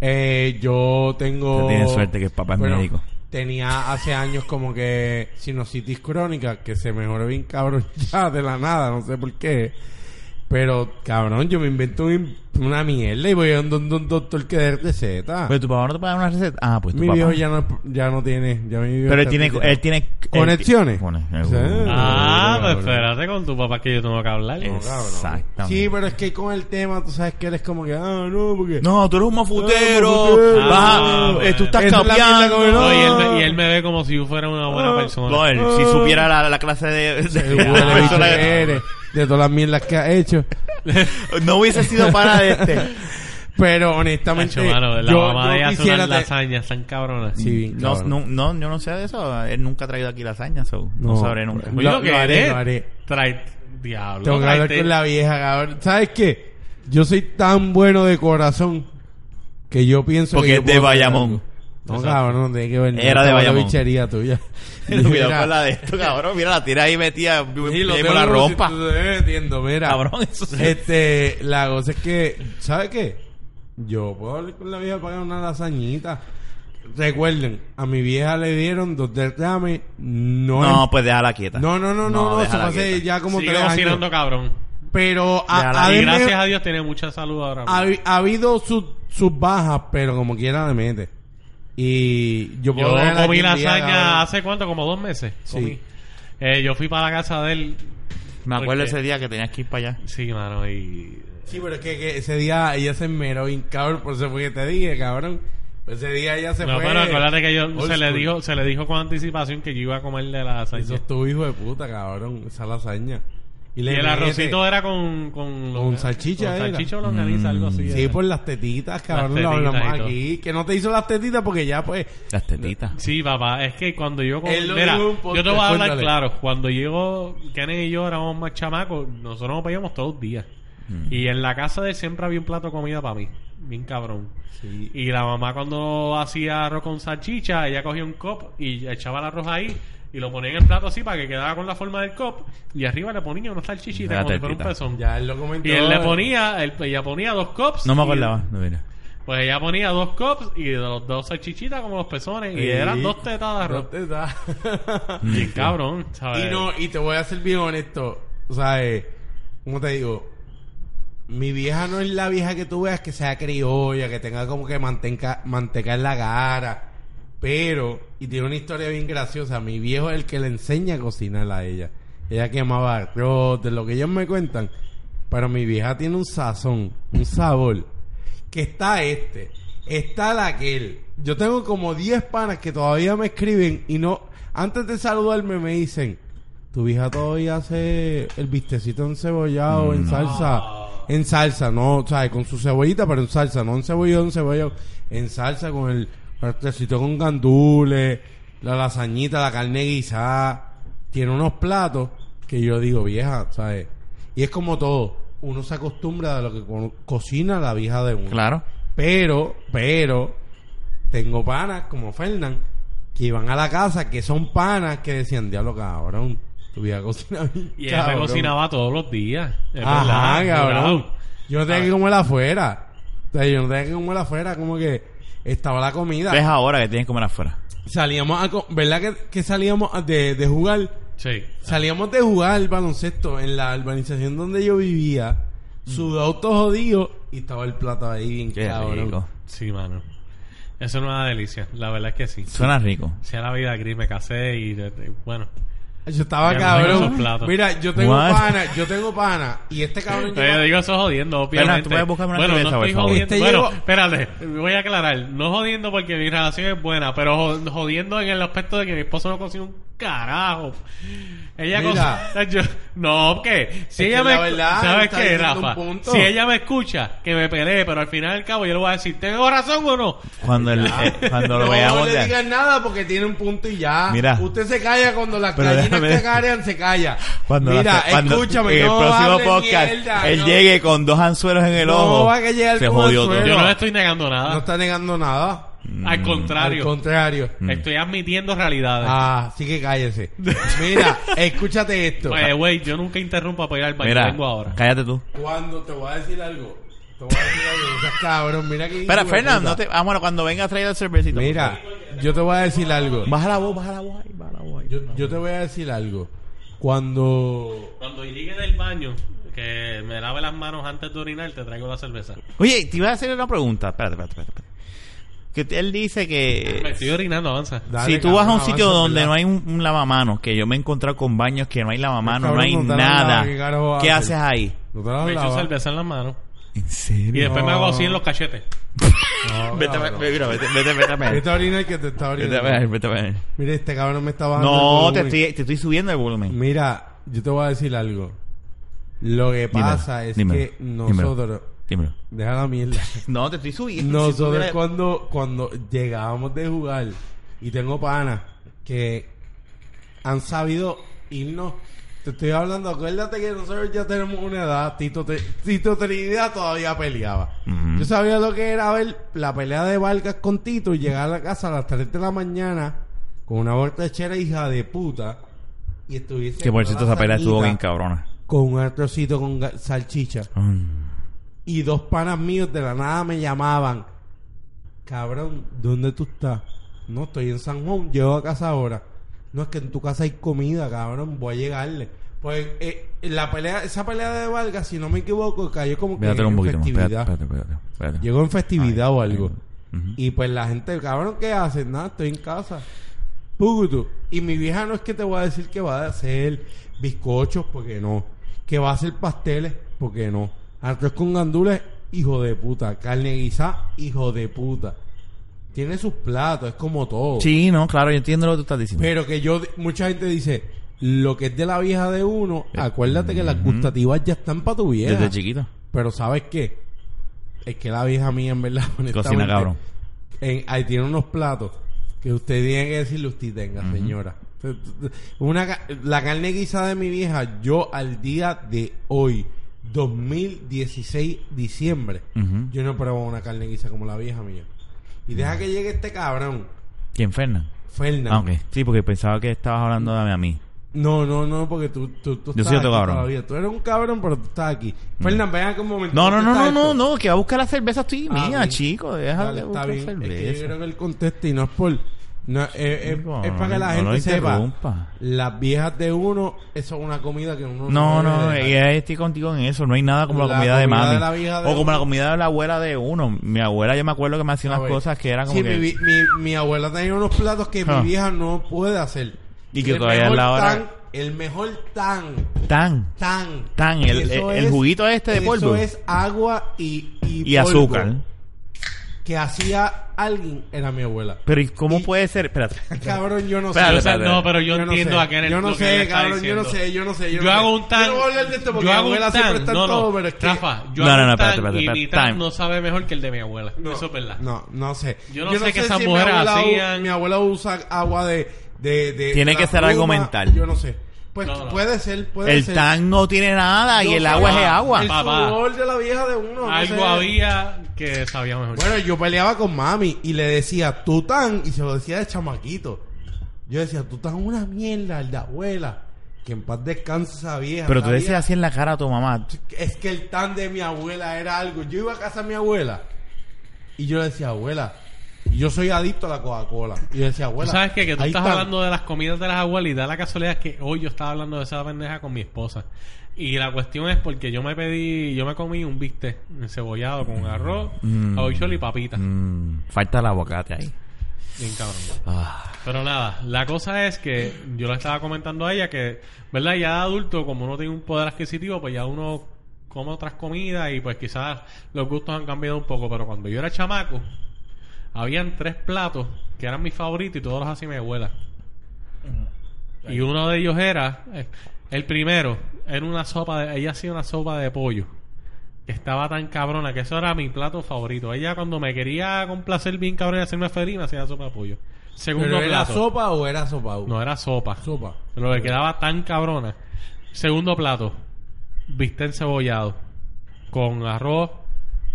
S3: eh, yo tengo...
S1: Usted tiene suerte que el papá es médico.
S3: Tenía hace años como que sinusitis crónica que se mejoró bien cabrón [laughs] ya de la nada, no sé por qué. Pero cabrón, yo me invento un- una mierda y voy a un, un- un doctor que de receta.
S1: Pero tu papá no te puede dar una receta. Ah, pues tu
S3: mi
S1: papá.
S3: viejo ya no, ya no tiene... Ya mi viejo
S1: Pero él
S3: está
S1: tiene,
S3: retirado.
S1: él tiene... él ti-
S3: ¿Conexiones?
S1: Bueno,
S3: Sí.
S2: Ah,
S3: no,
S2: pues
S3: no, no.
S2: espérate con tu papá que yo tengo que hablar.
S1: Eh. Exactamente.
S3: Sí, pero es que con el tema, tú sabes que eres como que, ah, no, porque...
S1: No, tú eres un mafutero.
S3: mafutero. Ah,
S1: vas a- eh, tú estás
S3: Esa es la mierda que me-
S1: cambiando.
S2: No, y, él me, y él me ve como si yo fuera una buena
S1: No,
S2: persona.
S1: él, si supiera la, la clase de...
S3: [laughs]
S1: de-
S3: Qué
S1: de [laughs]
S3: huele bicho
S1: persona que-
S3: que eres, de todas las mierdas que has hecho.
S1: no hubiese sido para de este.
S3: Pero honestamente,
S2: Nacho, mano, la
S3: Este, yo,
S2: mamá de
S3: yo
S2: ella hace unas
S3: te-
S2: lasañas tan cabronas.
S3: Sí, bien
S1: No,
S3: cabrón.
S1: no, no, yo no sé de eso. Él nunca ha traído aquí lasaña, so no,
S3: No,
S1: sabré nunca. [laughs]
S3: pues,
S2: Oye,
S3: Lo-
S2: lo, que
S3: lo haré,
S2: haré,
S3: lo haré.
S2: Trae, diablo.
S3: Tengo que hablar
S2: tráete-
S3: con la vieja, cabrón. ¿Sabes qué? Yo soy tan bueno de corazón que yo pienso
S1: Porque
S3: que...
S1: es
S3: yo
S1: de
S3: puedo hacer
S1: Bayamón.
S3: algo. No, cabrón, no tiene que ver. nada
S1: Era de
S3: con
S1: Bayamón.
S3: La bichería tuya.
S1: [laughs] Cuidado
S3: Mira,
S1: con la de esto, cabrón. Mira, la tira ahí metida
S3: sí, lo
S1: por
S3: tengo
S1: la
S3: como si
S1: ropa.
S3: tú te estés metiendo, eh, mira.
S1: Cabrón, eso sí.
S3: Este, la cosa es que, ¿sabes qué? Yo puedo hablar con la vieja para pagar una lasañita. Recuerden, a mi vieja le dieron dos derrames. No,
S1: No,
S3: en-
S1: pues déjala quieta.
S3: no, no, no, no, no, eso
S1: déjala
S3: fue hace
S1: quieta.
S3: ya como
S2: Sigue
S3: tres años.
S2: cocinando, cabrón.
S3: Pero
S1: Déjala
S3: ha, ha
S2: y
S3: de-
S2: gracias a Dios tiene mucha salud ahora. mismo.
S3: ha, ha habido sus sus bajas, pero como quiera le mete. Y yo puedo
S2: Yo
S3: darle
S2: comí
S3: aquí un día,
S2: lasaña
S3: cabrón.
S2: hace cuánto, como dos meses.
S3: Sí.
S2: Comí. Eh, yo fui para la casa de él.
S1: Me acuerdo
S2: Porque-
S1: ese día que tenías que ir para allá.
S2: Sí, mano, y.
S3: Sí, pero es que, que ese día ella se enmeró bien cabrón, por eso fue que te dije, cabrón. Ese día ella se
S2: No,
S3: fue.
S2: pero acuérdate que yo
S3: old
S2: se le
S3: school.
S2: dijo, se le dijo con anticipación que yo iba a comer de la
S3: Eso
S2: lasaña.
S3: es tu hijo de puta, cabrón. Esa lasaña.
S2: Y
S3: le
S2: el
S3: mete-
S2: arrocito era con con,
S3: Con salchicha
S2: con
S3: era. Mm.
S2: salchicha o longaniza, algo así.
S3: Sí,
S2: era.
S3: por las tetitas, cabrón.
S2: Las
S3: lo
S2: tetitas
S3: hablamos
S2: y todo.
S3: aquí. Que no te hizo las tetitas porque ya, pues.
S1: Las tetitas.
S2: Sí, papá, es que cuando yo...
S3: Él lo
S2: mira,
S3: dijo en un
S2: yo
S3: podcast,
S2: te voy a hablar
S3: cuéntale.
S2: claro. Cuando llegó Kenneth y yo éramos más chamacos, nosotros nos peleamos todos los días.
S1: Mm.
S2: Y en la casa de él siempre había un plato de comida para mí. Bien cabrón.
S3: Sí.
S2: Y la mamá cuando hacía arroz con salchicha, ella cogía un cop y echaba el arroz ahí y lo ponía en el plato así para que quedara con la forma del cop y arriba le ponía una salchichita
S1: Una
S2: como si fuera un
S1: tetita.
S2: pezón.
S3: Ya él lo comentó.
S2: Y él le ponía, él- ella ponía dos cops.
S1: No me
S2: y-
S1: acordaba. No, mira.
S2: pues ella ponía dos cops y dos, dos salchichitas como los pezones
S3: Sí.
S2: y eran dos tetas de arroz.
S3: Dos tetas. [laughs]
S2: Bien cabrón, ¿sabes?
S3: y no, y te voy a ser bien honesto. O sea, eh, ¿cómo te digo? Mi vieja no es la vieja que tú veas que sea criolla, que tenga como que manteca, manteca en la cara. Pero, y tiene una historia bien graciosa. Mi viejo es el que le enseña a cocinar a ella. Ella quemaba arroz, de lo que ellos me cuentan. Pero mi vieja tiene un sazón, un sabor. Que está este, está la aquel. Yo tengo como 10 panas que todavía me escriben y no. Antes de saludarme me dicen: Tu hija todavía hace el vistecito encebollado en salsa. En salsa, no, o sea, con su cebollita, pero en salsa, no en cebollado, en cebollado. En salsa con el vistecito con gandules, la lasañita, la carne guisada. Tiene unos platos que yo digo, vieja, ¿sabes? Y es como todo. Uno se acostumbra a lo que co- cocina la vieja de uno.
S1: Claro.
S3: Pero, pero, tengo panas como Fernán que iban a la casa, que son panas que decían, diablo cabrón, tu vida cocina bien.
S2: Y ella
S3: cabrón".
S2: cocinaba todos los días. Es
S3: Ajá,
S2: verdad, Ah.
S3: cabrón.
S2: jurado.
S3: Yo no tenía que comer afuera. O sea, yo no tenía que comer afuera, como que estaba la comida.
S1: Ves ahora que tienes que comer afuera.
S3: Salíamos a co- ¿verdad que, que salíamos a- de, de jugar?
S2: Sí.
S3: Salíamos de jugar al baloncesto en la urbanización donde yo vivía, sudado todo jodido, y estaba el plato ahí bien
S1: Qué
S3: cabrón.
S1: rico.
S2: Sí, mano. Eso es una delicia. La verdad es que sí.
S1: Suena rico.
S2: Sea la vida gris, me casé y de- de- bueno.
S3: Yo estaba
S2: Ya no tengo esos
S3: cabrón.
S2: platos.
S3: Mira, yo tengo
S1: What?
S3: pana, yo tengo pana. Y
S2: [laughs]
S3: este cabrón
S2: Pero yo
S3: lleva-
S2: digo eso jodiendo, obviamente.
S1: Espera, tú puedes buscarme una
S2: bueno,
S1: cerveza,
S2: no
S1: por
S2: estoy
S1: favor.
S2: jodiendo.
S3: Este
S2: bueno,
S3: llegó-
S2: espérate, voy a aclarar. No jodiendo porque mi relación es buena, pero jo- jodiendo en el aspecto de que mi esposo no consigue un carajo. Ella
S3: Mira.
S2: cocina- yo- No, ¿qué? Si
S3: Es
S2: ella
S3: que
S2: me.
S3: la verdad,
S2: ¿Sabes
S3: está
S2: qué,
S3: diciendo un
S2: Rafa?
S3: punto.
S2: Si ella me escucha, que me pelee, pero al final y al cabo yo le voy a decir, ¿tengo razón o no?
S1: Cuando, el- eh, cuando lo
S3: no
S1: veamos
S3: le
S1: de-
S3: digas nada porque tiene un punto y ya.
S1: Mira.
S3: Usted se calla cuando las
S1: Pero
S3: gallinas
S1: déjame-
S3: se callan, se calla.
S1: Cuando
S3: Mira,
S1: la- cuando-
S3: escúchame.
S1: En el
S3: no
S1: próximo
S3: hables
S1: podcast,
S3: mierda,
S1: él
S3: no.
S1: llegue con dos anzuelos en el
S3: No
S1: ojo.
S3: va a que llegar
S1: se
S3: con
S1: jodió todo.
S3: anzuelo.
S2: Yo
S3: No.
S2: no le estoy negando
S3: No
S2: nada.
S3: está negando nada.
S1: Mm,
S2: al
S3: Al
S2: contrario.
S3: contrario.
S2: Estoy admitiendo realidades.
S3: Ah, así que cállese. Mira,
S1: [laughs]
S3: escúchate esto.
S2: Oye, güey, yo nunca interrumpo para ir al baño.
S1: Mira,
S2: Vengo ahora.
S1: cállate tú.
S3: Cuando te voy a decir algo. Te voy a decir algo. O sea, cabrón, mira que...
S1: Espera, Fernando, no te... ah, bueno, cuando venga trae el cervecito.
S3: Mira, yo te voy a decir algo.
S1: Baja la voz, baja la voz ahí, baja la voz ahí.
S3: Yo, yo te voy a decir algo. Cuando.
S2: Cuando llegue del baño, que me lave las manos antes de orinar, te traigo la cerveza.
S1: Oye, te iba a hacer una pregunta. Espérate, espérate, espérate. espérate. Que él dice
S3: Eh,
S1: que...
S2: Me estoy orinando, avanza.
S3: Dale,
S1: si tú vas a un
S3: cabrón,
S1: sitio
S3: avanza,
S1: donde
S3: ¿verdad?
S1: no hay un, un lavamanos, que yo me he encontrado con baños que no hay lavamanos, no
S3: Cabrón,
S1: hay
S3: no te la
S1: nada,
S3: lavas, ¿qué carajo
S1: ¿qué
S3: haces?
S1: haces ahí?
S3: No te lo
S2: Me echo
S3: hablaba.
S2: cerveza en las manos.
S1: ¿En
S2: Y
S1: serio?
S2: después me hago así en los cachetes.
S3: No,
S1: Vete, a ver,
S3: cabrón.
S1: mira, vete, vete, vete a ver.
S3: Vete a orinar que te está
S1: Vete a
S3: orinando.
S1: ver, vete a ver.
S3: Mira, este cabrón me está bajando.
S1: No,
S3: el
S1: te
S3: volumen.
S1: estoy, te estoy subiendo el volumen.
S3: Mira, yo te voy a decir algo. Lo que
S1: Dímelo,
S3: pasa es
S1: dímelo,
S3: que
S1: dímelo.
S3: nosotros.
S1: Dímelo.
S3: Deja la mierda.
S1: No, te estoy subiendo.
S3: Nosotros
S1: Si tú
S3: cuando, cuando llegábamos de jugar, y tengo panas que han sabido irnos. Te estoy hablando, acuérdate que nosotros ya tenemos una edad. Tito, Te- Tito Trinidad todavía peleaba.
S1: Ujú.
S3: Yo sabía lo que era ver la pelea de Vargas con Tito y llegar a la casa a las 3 de la mañana con una borrachera hija de puta. Y estuviese.
S1: Que por
S3: con
S1: cierto,
S3: la
S1: esa pelea estuvo
S3: saquita,
S1: bien cabrona.
S3: Con un arrocito con ga- salchicha
S1: Mm.
S3: y dos panas míos de la nada me llamaban. Cabrón, ¿dónde tú estás? No, estoy en San Juan, llego a casa ahora. No, es que en tu casa hay comida, cabrón, voy a llegarle. Pues eh, la pelea, esa pelea de Vargas, si no me equivoco, cayó como que
S1: Espérate un poquito más. Espérate,
S3: festividad.
S1: espérate, espérate. espérate.
S3: Llegó en festividad o algo.
S1: Ujú.
S3: Y pues la gente, cabrón, ¿qué haces? Nada, estoy en casa. Pugutu. Y mi vieja no es que te voy a decir que va a hacer bizcochos, porque no. Que va a hacer pasteles, porque no. Arroz con gandules, hijo de puta. Carne guisada, hijo de puta. Tiene sus platos, es como todo.
S1: Sí, no, claro, yo entiendo lo que tú estás diciendo.
S3: Pero que yo, mucha gente dice, lo que es de la vieja de uno, acuérdate que las gustativas ya están para tu vieja.
S1: Eh, Desde chiquito.
S3: Pero ¿sabes qué? Es que la vieja mía, en verdad, [laughs] honestamente,
S1: Cocina, cabrón.
S3: en- ahí tiene unos platos que usted tiene que decirle usted tenga, señora. Una, ca- la carne guisada de mi vieja, yo al día de hoy, 2016, diciembre,
S1: Ujú.
S3: yo no probaba una carne guisada como la vieja mía. Y deja que llegue este cabrón,
S1: ¿Quién, Fernan?
S3: Fernan.
S1: Ah, ok. Sí, porque pensaba que estabas hablando de a mí.
S3: No, no, no, porque tú, tú, tú
S1: Yo soy otro
S3: aquí
S1: cabrón. Mm.
S3: todavía. Tú eres un cabrón, pero tú estás aquí. Fernan, ven acá un momento.
S1: No, no, no,
S3: contesta
S1: no, no,
S3: esto.
S1: no, que va a buscar la cerveza estoy
S3: Ah,
S1: mía,
S3: bien.
S1: chico. Deja
S3: Dale,
S1: de buscar
S3: está bien. Es que yo
S1: cerveza.
S3: creo que él conteste y no es por. no, es, es-
S1: Chico,
S3: es
S1: no,
S3: para que la
S1: no lo
S3: gente
S1: interrumpa.
S3: sepa. Las viejas de uno, eso es una comida que uno
S1: No,
S3: debe
S1: no,
S3: dejar.
S1: y ahí estoy contigo en eso. No hay nada como la,
S3: La
S1: comida de
S3: comida
S1: mami.
S3: de la vieja de
S1: o como
S3: uno.
S1: la comida de la abuela de uno. Mi abuela, yo me acuerdo que me hacía
S3: A
S1: unas
S3: ver.
S1: cosas que eran como
S3: Sí,
S1: que...
S3: mi, vi- mi, mi abuela tenía unos platos que
S1: Ah.
S3: mi vieja no puede hacer.
S1: Y que todavía es la
S3: mejor
S1: hora.
S3: Tan, el mejor tan,
S1: Tan.
S3: tan.
S1: Tan, el-
S3: Eso
S1: el- el juguito este de polvo.
S3: Eso es agua y, y
S1: Y
S3: polvo.
S1: azúcar.
S3: que hacía alguien era mi abuela.
S1: Pero ¿y cómo puede ser?
S3: [laughs]
S1: Espérate.
S3: Cabrón, yo no sé.
S1: Espérate,
S2: O sea,
S1: espérate.
S2: no, pero yo,
S3: no
S2: entiendo
S3: sé.
S2: a qué eres
S3: Yo no
S2: lo que él
S3: sé,
S2: está
S3: cabrón, yo no
S2: diciendo.
S3: sé, yo no sé.
S2: Yo,
S3: no sé.
S2: hago un tan.
S3: Yo no voy a hablar de esto porque
S2: yo
S3: mi
S2: hago un
S3: abuela
S2: tan.
S3: siempre está en
S2: no, no.
S3: todo, pero es que.
S2: Rafa, yo
S1: No,
S2: hago
S1: no, no,
S2: un tan
S1: espérate, espérate,
S2: y mi
S1: espérate.
S2: tan
S1: Time.
S2: no sabe mejor que el de mi abuela.
S3: No,
S2: Eso es verdad.
S3: No, no sé.
S2: Yo no sé qué esas
S3: mi
S2: mujeres
S3: abuela u-
S2: hacían.
S3: Mi abuela usa agua de. de, de
S1: Tiene
S3: de
S1: que
S3: la
S1: ser algo
S3: pluma,
S1: mental.
S3: Yo no sé. Pues
S2: No, no.
S3: puede ser, puede
S1: El
S3: ser.
S1: tan no tiene nada y
S3: No
S1: el
S3: sé,
S1: agua es
S2: papá.
S1: agua.
S3: El
S2: Papá.
S3: sudor de la vieja de uno. no
S2: Algo
S3: sé.
S2: había que sabía mejor.
S3: Bueno, yo peleaba con mami y le decía tú tan y se lo decía de chamaquito. Yo decía tú tan una mierda, el de abuela. Que en paz descanse esa vieja.
S1: Pero
S3: esa
S1: tú decías
S3: vieja-
S1: así en la cara a tu mamá.
S3: Es que el tan de mi abuela era algo. Yo iba a casa de mi abuela y yo le decía, abuela, yo soy adicto a la Coca-Cola. Y yo decía,
S2: Tú
S3: abuela.
S2: sabes que, que tú
S3: ahí
S2: estás
S3: están".
S2: hablando de las comidas de las abuelas y da la casualidad que hoy yo estaba hablando de esa pendeja con mi esposa. Y la cuestión es porque yo me pedí, yo me comí un bistec cebollado con arroz,
S1: Mm.
S2: habichuela y papita.
S1: Mm, falta el aguacate ahí.
S2: Bien cabrón.
S1: Ah.
S2: Pero nada, la cosa es que yo le estaba comentando a ella que, ¿verdad? Ya de adulto, como uno tiene un poder adquisitivo, pues ya uno come otras comidas y pues quizás los gustos han cambiado un poco. Pero cuando yo era chamaco, habían tres platos que eran mis favoritos y todos los hacía mi abuela. Y uno de ellos era, eh, el primero, era una sopa, de, ella hacía una sopa de pollo. Que estaba tan cabrona que eso era mi plato favorito. Ella cuando me quería complacer bien cabrón y hacerme feliz me hacía sopa de pollo. Segundo
S3: ¿Pero era
S2: plato.
S3: sopa o era sopa? U?
S2: No era sopa.
S3: sopa.
S2: Pero le quedaba tan cabrona. Segundo plato. Bistec cebollado. Con arroz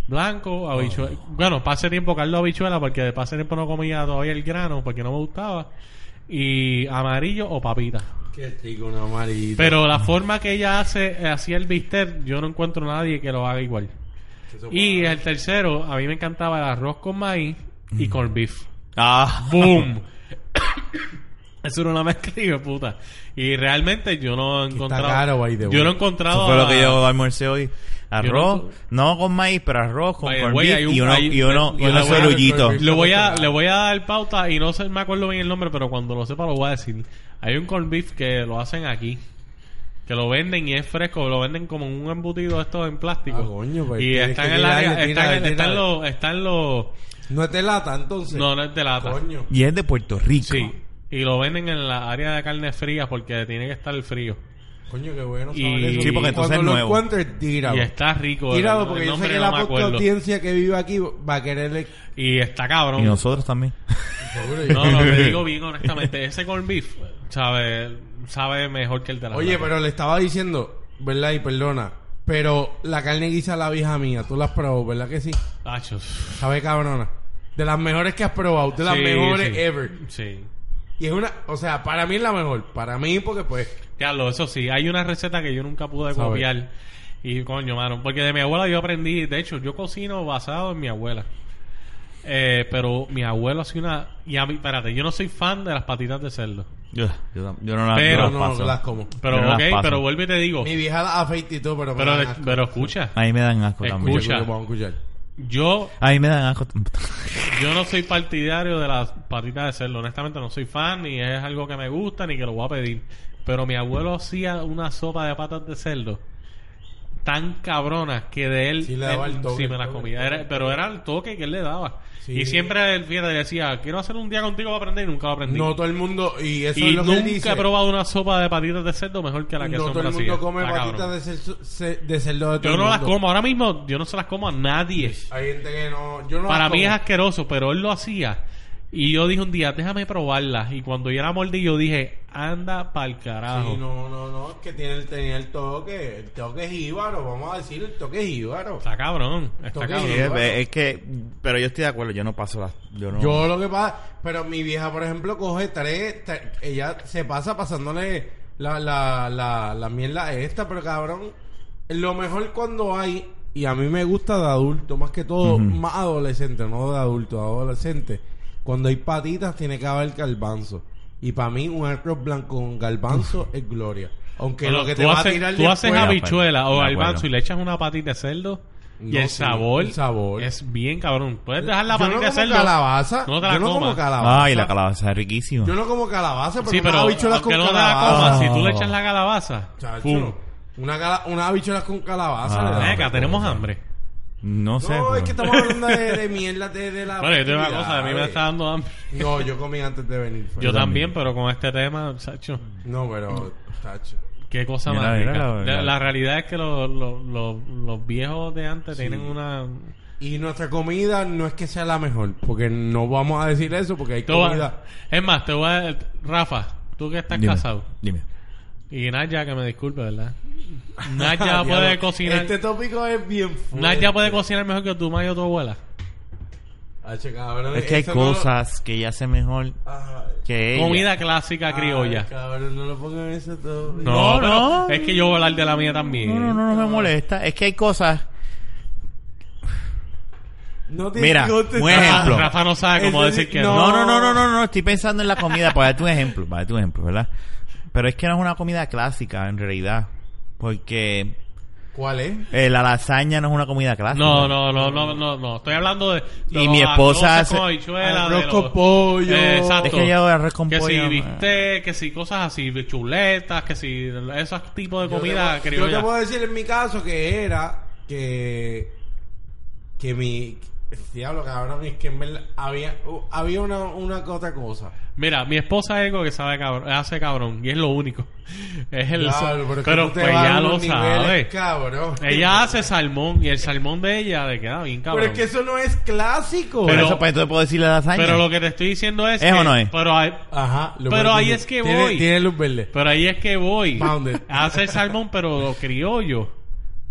S2: blanco, habichuela. Bueno, pasé tiempo caldo de habichuela porque pasé tiempo no comía todavía el grano porque no me gustaba. Y amarillo o papita.
S3: Qué rico, una amarillita.
S2: Pero la forma que ella hace, eh, hacía el bistec, yo no encuentro a nadie que lo haga igual.
S3: Qué sopa.
S2: Y el tercero, a mí me encantaba el arroz con maíz y con beef.
S1: [laughs] Ah.
S2: ¡Boom! [laughs] Eso era una mezcla de puta. Y realmente yo no he
S3: está
S2: encontrado.
S3: caro, by the way.
S2: yo no he encontrado.
S1: Eso fue lo que
S2: a-
S1: yo almorcé hoy.
S2: Yo
S1: Arroz, no con maíz, pero arroz con
S2: Oye,
S1: corn
S2: güey,
S1: beef
S2: hay un-
S1: y uno,
S2: hay-
S1: y uno, y
S2: le
S1: unos
S2: voy a-
S1: cerullitos.
S3: le
S2: Le voy, a, le voy a dar pauta y no sé, me acuerdo bien el nombre, pero cuando lo sepa lo voy a decir. Hay un corn beef que lo hacen aquí. Que lo venden y es fresco, lo venden como un embutido de estos en plástico.
S3: Ah, coño, pues,
S2: y
S3: tienes
S2: están
S3: que
S2: en la.
S3: tirarle,
S2: están-
S3: tirarle,
S2: Están
S3: tirarle.
S2: los. Están los.
S3: No es de lata, entonces.
S2: No, no es de lata.
S3: Coño.
S1: Y es de Puerto Rico.
S2: Sí. Y lo venden en la área de carnes frías porque tiene que estar el frío.
S3: Coño, qué bueno.
S2: Y-
S3: saber eso.
S2: Sí,
S1: porque entonces
S3: Cuando
S1: es
S3: lo
S1: nuevo.
S3: encuentres, tíralo.
S2: Y está rico. de
S3: Tíralo
S2: verdad.
S3: porque
S2: El
S3: yo sé
S2: nombre
S3: que
S2: no
S3: la
S2: me
S3: poca
S2: acuerdo.
S3: audiencia que vive aquí va a quererle.
S2: Y está
S1: Y
S2: cabrón.
S1: nosotros también.
S3: Seguro, yo-
S2: No, no, te
S3: [laughs]
S2: digo bien honestamente. Ese corn beef sabe, sabe mejor que el de la
S3: Oye,
S2: lata.
S3: pero le estaba diciendo, ¿verdad? Y perdona. Pero la carne guisa la vieja mía, tú la has probado, ¿verdad que sí?
S2: Tacho,
S3: Sabe cabrona. De las mejores que has probado, de las
S2: sí,
S3: mejores
S2: sí.
S3: ever.
S2: Sí.
S3: Y es una, o sea, para mí es la mejor. Para mí, porque pues,
S2: Diablo, eso sí. Hay una receta que yo nunca pude
S3: Sabe.
S2: copiar. Y coño, mano. Porque de mi abuela yo aprendí. De hecho, yo cocino basado en mi abuela. Eh, pero mi abuelo hacía una. Y a mí, espérate, yo no soy fan de las patitas de cerdo.
S1: Yo, yo- yo no la
S2: Pero-
S1: yo
S3: no,
S1: no
S3: no,
S1: la paso.
S3: las como.
S2: Pero,
S1: Yo no las
S2: ok,
S1: paso.
S2: pero vuelvo y te digo.
S3: Mi vieja la afeita y todo, pero me
S2: Pero,
S3: dan
S2: de-
S3: asco.
S2: pero escucha,
S1: A mí me dan asco también.
S2: Escucha.
S3: Yo creo que vamos a escuchar.
S2: yo
S1: A mí me dan asco.
S2: Yo no soy partidario de las patitas de cerdo. Honestamente, no soy fan, ni es algo que me gusta, ni que lo voy a pedir. Pero mi abuelo hacía una sopa de patas de cerdo tan cabrona que de él,
S3: Sí, le daba
S2: él-
S3: el toque,
S2: sí me
S3: el
S2: las
S3: toque,
S2: comía.
S3: el toque.
S2: Era- pero era el toque que él le daba.
S3: Sí.
S2: Y siempre él fíjate, decía, quiero hacer un día contigo para aprender y nunca lo aprendí.
S3: No todo el mundo, y eso
S2: y
S3: es lo que él
S2: nunca
S3: dice.
S2: he probado una sopa de patitas de cerdo mejor que la que
S3: no todo
S2: son
S3: el mundo come patitas de, cerdo- ce- de cerdo de todo
S2: Yo
S3: el
S2: no las
S3: mundo.
S2: como. Ahora mismo yo no se las como a nadie.
S3: Hay gente que no. Yo no
S2: Para
S3: las
S2: mí es
S3: como.
S2: asqueroso, pero él lo hacía. Y yo dije un día, déjame probarla. Y cuando yo la mordí, yo dije, anda pa'l carajo.
S3: Sí, no, no, no, es que tiene el, tenía el toque, el toque jíbaro, vamos a decir el toque jíbaro.
S2: Está cabrón, está
S3: Toque
S2: cabrón.
S1: Sí, [laughs] es, es que, pero yo estoy de acuerdo, yo no paso las. Yo no.
S3: Yo lo que pasa, pero mi vieja, por ejemplo, coge tres, tre- ella se pasa pasándole la, la, la, la mierda esta, pero cabrón, lo mejor cuando hay, y a mí me gusta de adulto, más que todo,
S1: Ujú.
S3: más adolescente, no de adulto, adolescente, cuando hay patitas tiene que haber garbanzo. Y para mí un arroz blanco con garbanzo es gloria. Aunque
S2: Bueno,
S3: lo que te
S2: tú
S3: va a
S2: haces,
S3: tirar
S2: tú haces
S3: después-
S2: habichuela o
S1: De
S2: garbanzo
S1: acuerdo.
S2: y le echas una patita de cerdo. y
S3: No,
S2: el
S3: sí,
S2: sabor,
S3: el sabor.
S2: es bien cabrón. Puedes dejar la
S3: Yo
S2: patita
S3: no
S2: de
S3: como
S2: cerdo.
S3: calabaza.
S2: No te la
S3: yo no como
S2: comas.
S3: calabaza.
S1: Ay, la calabaza es riquísima.
S3: Yo no como calabaza, pero
S2: sí, pero
S3: unas habichuelas
S2: aunque
S3: con
S2: no te la
S3: calabaza.
S2: comas, si tú le
S1: Oh.
S2: echas la calabaza,
S3: Chacho,
S2: ¡pum!
S3: Una, cala- unas habichuelas con calabaza.
S1: Ah.
S3: le da
S2: Venga,
S3: otra
S2: tenemos
S3: cosa.
S2: hambre.
S1: No sé.
S3: No, es
S1: pero-
S3: que estamos hablando de, de mierda de, de la.
S2: pues. Bueno, yo tengo una
S3: actividad,
S2: cosa, a mí me
S3: eh.
S2: está dando hambre.
S3: No, yo comí antes de venir.
S1: Pues
S3: fue.
S2: Yo también, pero con este tema, Sacho,
S3: No, pero. Tacho.
S2: qué cosa
S1: Mira,
S2: más
S1: mira,
S2: rica.
S1: la-
S2: La,
S1: la-
S2: la realidad es que los, los, los, los viejos de antes tienen una...
S3: Y nuestra comida no es que sea la mejor, porque no vamos a decir eso, porque hay
S2: Te voy a-
S3: comida.
S2: Es más, te voy a... Rafa, tú que estás
S1: Dime,
S2: casado.
S1: Dime.
S2: Y Naya, que me disculpe,
S1: [laughs]
S2: ¿verdad?
S3: [laughs]
S2: Naya puede
S3: Diablo,
S2: cocinar...
S3: Este tópico es bien fuerte.
S2: Naya puede cocinar mejor que tu madre o tu abuela.
S3: Hacho, cabrón,
S1: Es que hay
S3: eso no lo-
S1: cosas que ella hace mejor
S3: Ah,
S1: que ella. Ah,
S2: Comida clásica criolla.
S3: Ay, cabrón, no lo pongan en ese tópico.
S1: No,
S2: No, no,
S1: no.
S2: Es que yo voy a hablar de la mía también.
S1: No, no, no, no me molesta. Es que hay cosas.
S3: No tiene
S1: Mira,
S3: que contestar.
S1: un
S2: Rafa,
S1: ejemplo.
S2: Rafa no sabe cómo
S3: Ese-
S2: decir que
S3: no.
S2: no.
S1: No, no, no, no, no, no, estoy pensando en la comida, para darte un ejemplo, para darte un ejemplo, ¿verdad? Pero es que no es una comida clásica, en realidad. Porque
S3: ¿Cuál es?
S1: eh, la lasaña no es una comida clásica.
S2: No, no, no, no, no, no. Estoy hablando de. de
S1: Ah, Y
S2: los
S1: mi esposa
S2: arroces con
S1: hace-
S2: habichuela,
S3: Arroz
S2: de
S3: con
S2: los-
S3: pollo.
S2: Eh, exacto.
S1: Es que yo arroz con
S2: Que si
S1: pollo.
S2: viste, que si cosas así, de chuletas, que si esos tipos de
S3: Yo te
S2: comida
S3: puedo-
S2: criolla.
S3: Yo te puedo decir en mi caso que era que. Que mi. Diablo, cabrón, es que en verdad había, uh, había una, una que otra cosa.
S2: Mira, mi esposa es algo que sabe cabrón, hace cabrón, y es lo único. [laughs] Es el.
S3: Diablo,
S2: pero
S3: es que tú te
S2: pues
S3: vas a
S2: ya lo
S3: unos niveles,
S2: sabe.
S3: Cabrón.
S2: Ella hace salmón, y el salmón de ella le queda bien
S3: Pero
S2: cabrón.
S3: es que eso no es clásico.
S1: Pero,
S2: Pero-
S1: eso, pues, entonces puedo decir la lasaña.
S2: Pero lo que te estoy diciendo es.
S1: ¿Es
S2: que-
S1: o no es?
S2: Pero hay-
S3: Ajá.
S2: Pero
S3: verde.
S2: ahí es que
S3: tiene,
S2: voy.
S3: Tiene luz verde.
S2: Pero ahí es que voy.
S3: Pounded.
S2: Hace el salmón, pero lo criollo.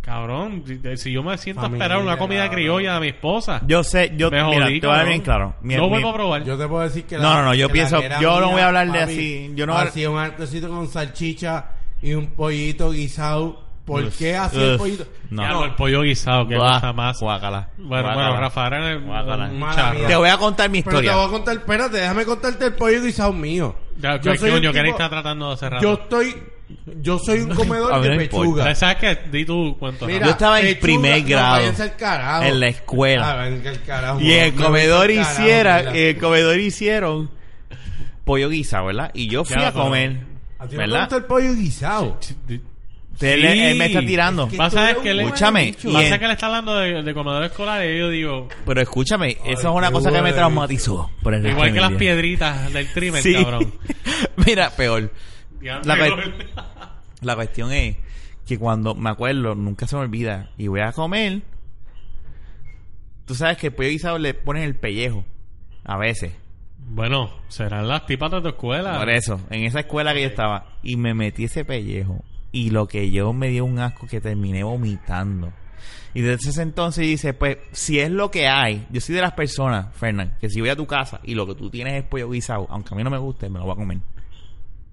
S2: Cabrón, si- si yo me siento a esperar una
S3: Familia,
S2: comida
S3: cabrón.
S2: criolla de mi esposa.
S1: Yo sé, yo,
S2: me jodí,
S1: mira, te voy a dar
S2: cabrón.
S1: bien claro. Mi-
S2: no
S1: mi-
S2: vuelvo a probar.
S3: Yo te puedo decir que
S1: No, no, no, yo pienso- yo no voy a hablar de así, yo no-
S3: Hacía un artecito con salchicha y un pollito guisado. ¿Por
S1: Uf,
S3: qué hacía el
S1: uf,
S3: pollito?
S1: no.
S2: Ya, el pollo guisado, que
S1: Guá,
S2: cosa más.
S1: guácala,
S2: Bueno,
S1: guácala.
S2: bueno, Rafa, ahora en el-
S1: Guácala.
S2: un
S3: Mala
S2: charro.
S3: mía.
S1: Te voy a contar mi
S3: Pero te
S1: historia.
S3: voy a contar, espérate, déjame contarte el pollo guisado mío.
S2: Ya, que-
S3: soy un
S2: coño, que él
S3: tipo-
S2: está tratando de cerrar.
S3: Yo estoy, yo soy un
S1: [laughs]
S3: comedor
S1: A mí
S3: de
S1: no importa.
S3: pechuga.
S2: ¿Sabes qué? Di tu cuento.
S1: Yo estaba en
S3: pechuga-
S1: primer
S3: no,
S1: grado.
S3: váyanse al carajo.
S1: En la escuela.
S3: Ah, váyanse al carajo.
S1: Y el
S3: Váyanse
S1: comedor
S3: al carajo,
S1: hiciera, eh,
S3: mira.
S1: el comedor hicieron pollo guisado, ¿verdad? Y yo fui
S2: Ya,
S1: a
S2: pero-
S1: comer,
S3: ¿A ti no te
S1: ¿verdad?
S3: gusta el pollo guisado?
S1: Te- él- él me está tirando.
S3: que-
S2: Pasa es
S3: tú
S2: que
S3: eres
S2: le,
S3: un
S1: Escúchame,
S3: mamabicho.
S1: y
S2: pasa
S1: en-
S2: es que le está hablando de, de comedor escolar y yo digo,
S1: Pero escúchame, eso es una
S3: qué
S1: cosa que me
S3: bueno.
S1: traumatizó. Por el resto
S2: igual que
S1: de mi
S2: las
S1: vida.
S2: piedritas del trimmer,
S1: Sí.
S2: cabrón.
S1: [laughs] Mira, peor.
S2: Ya,
S1: La
S2: pero-
S1: cuest- La cuestión es que cuando me acuerdo, nunca se me olvida, y voy a comer, tú sabes que el pollo guisado le ponen el pellejo, a veces.
S2: Bueno, serán las tipas de tu escuela.
S1: Por eso, en esa escuela que yo estaba, y me metí ese pellejo, y lo que yo me dio un asco que terminé vomitando. Y desde ese entonces dice, pues, si es lo que hay, yo soy de las personas, Fernán, que si voy a tu casa y lo que tú tienes es pollo guisado, aunque a mí no me guste, me lo voy a comer.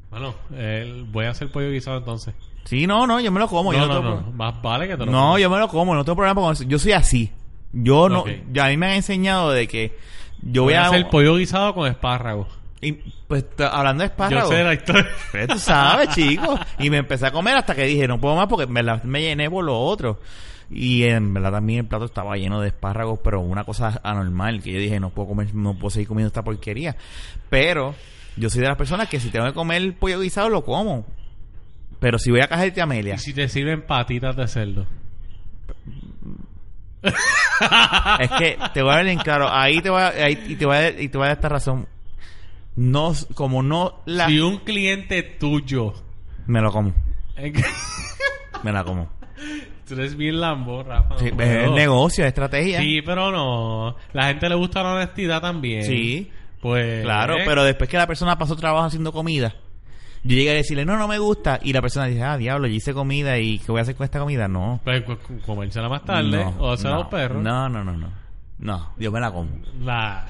S2: Bueno, eh, voy a hacer pollo guisado entonces.
S1: Sí, no, no, yo me lo como. yo
S2: no,
S1: no
S2: no,
S1: tengo
S2: no. Más vale que te lo
S1: No, yo me lo como, no tengo problema con eso. Yo soy así. Yo no,
S2: Ok.
S1: ya a mí me han enseñado de que yo voy,
S2: voy a
S1: a,
S2: hacer pollo guisado con espárragos.
S1: y, pues t- hablando de espárragos.
S2: Yo sé la historia.
S1: [laughs] Pero Pues, tú sabes, chicos. Y me empecé a comer hasta que dije, no puedo más porque en verdad me llené por lo otro. Y en verdad también el plato estaba lleno de espárragos, pero una cosa anormal que yo dije, no puedo comer, no puedo seguir comiendo esta porquería. Pero yo soy de las personas que si tengo que comer pollo guisado lo como. Pero si voy a cajete Amelia,
S2: Y si te sirven patitas de cerdo.
S1: [laughs] Es que te voy a dar en claro, ahí te voy a, ahí- y te voy a, y te voy a dar esta razón. No, como no la
S2: Si un cliente tuyo.
S1: me lo como,
S2: eh,
S1: me la como.
S2: [laughs] Tú eres bien lambo, Rafa.
S1: Sí,
S2: no
S1: es
S2: puedo.
S1: negocio, es estrategia.
S2: Sí, pero no. La gente le gusta la honestidad también.
S1: Sí.
S2: Pues.
S1: Claro, pero después que la persona pasó trabajo haciendo comida, yo llegué a decirle, "No, no me gusta." Y la persona dice, "Ah, diablo, yo hice comida y qué voy a hacer con esta comida?" No.
S2: Pues cu- cu- comérsela más tarde.
S1: No,
S2: o hacer
S1: no,
S2: los perros.
S1: No, no, no, no. No, yo me la como.
S2: Nah,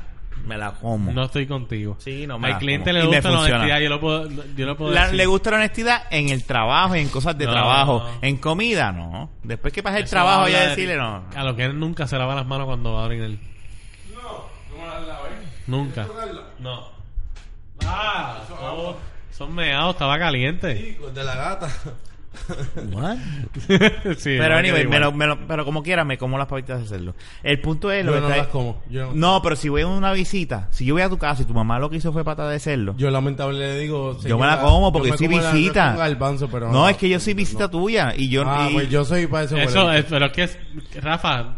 S1: Me la como.
S2: no estoy contigo.
S1: Sí, no me
S2: Al
S1: la
S2: cliente
S1: como.
S2: le
S1: Y me
S2: gusta la
S1: funciona.
S2: honestidad. Yo lo puedo, yo lo puedo
S1: La-
S2: decir.
S1: le gusta la honestidad en el trabajo, en cosas de
S2: No.
S1: trabajo. En comida, no. Después que pasa el
S2: Eso
S1: trabajo,
S2: habla
S1: ya
S2: de-
S1: decirle, no.
S2: A lo que él nunca se lava las manos cuando va a abrir él. No, no me las lavé. Nunca. No. Ah, son, son meados, estaba caliente.
S3: Hijos de la gata. [laughs]
S1: What?
S2: [laughs] Sí,
S1: Pero,
S2: no,
S1: anyway,
S2: que
S1: me lo-
S2: igual.
S1: me lo- pero como quiera, me como las papitas de hacerlo. El punto es lo
S3: Yo
S1: que
S3: no
S1: está-
S3: las como. Yo no-
S1: No, pero si voy a una visita, si yo voy a tu casa y tu mamá lo que hizo fue pata de cerdo.
S3: Yo lamentable le digo.
S1: Yo me la
S3: señora,
S1: como porque
S3: yo me
S1: soy
S3: como el arroz
S1: visita.
S3: con garbanzo, pero
S1: no, es que yo soy visita tuya y yo
S3: Ah,
S1: y-
S3: pues yo soy para eso.
S2: Eso
S3: huele.
S2: es, pero es que, es- Rafa,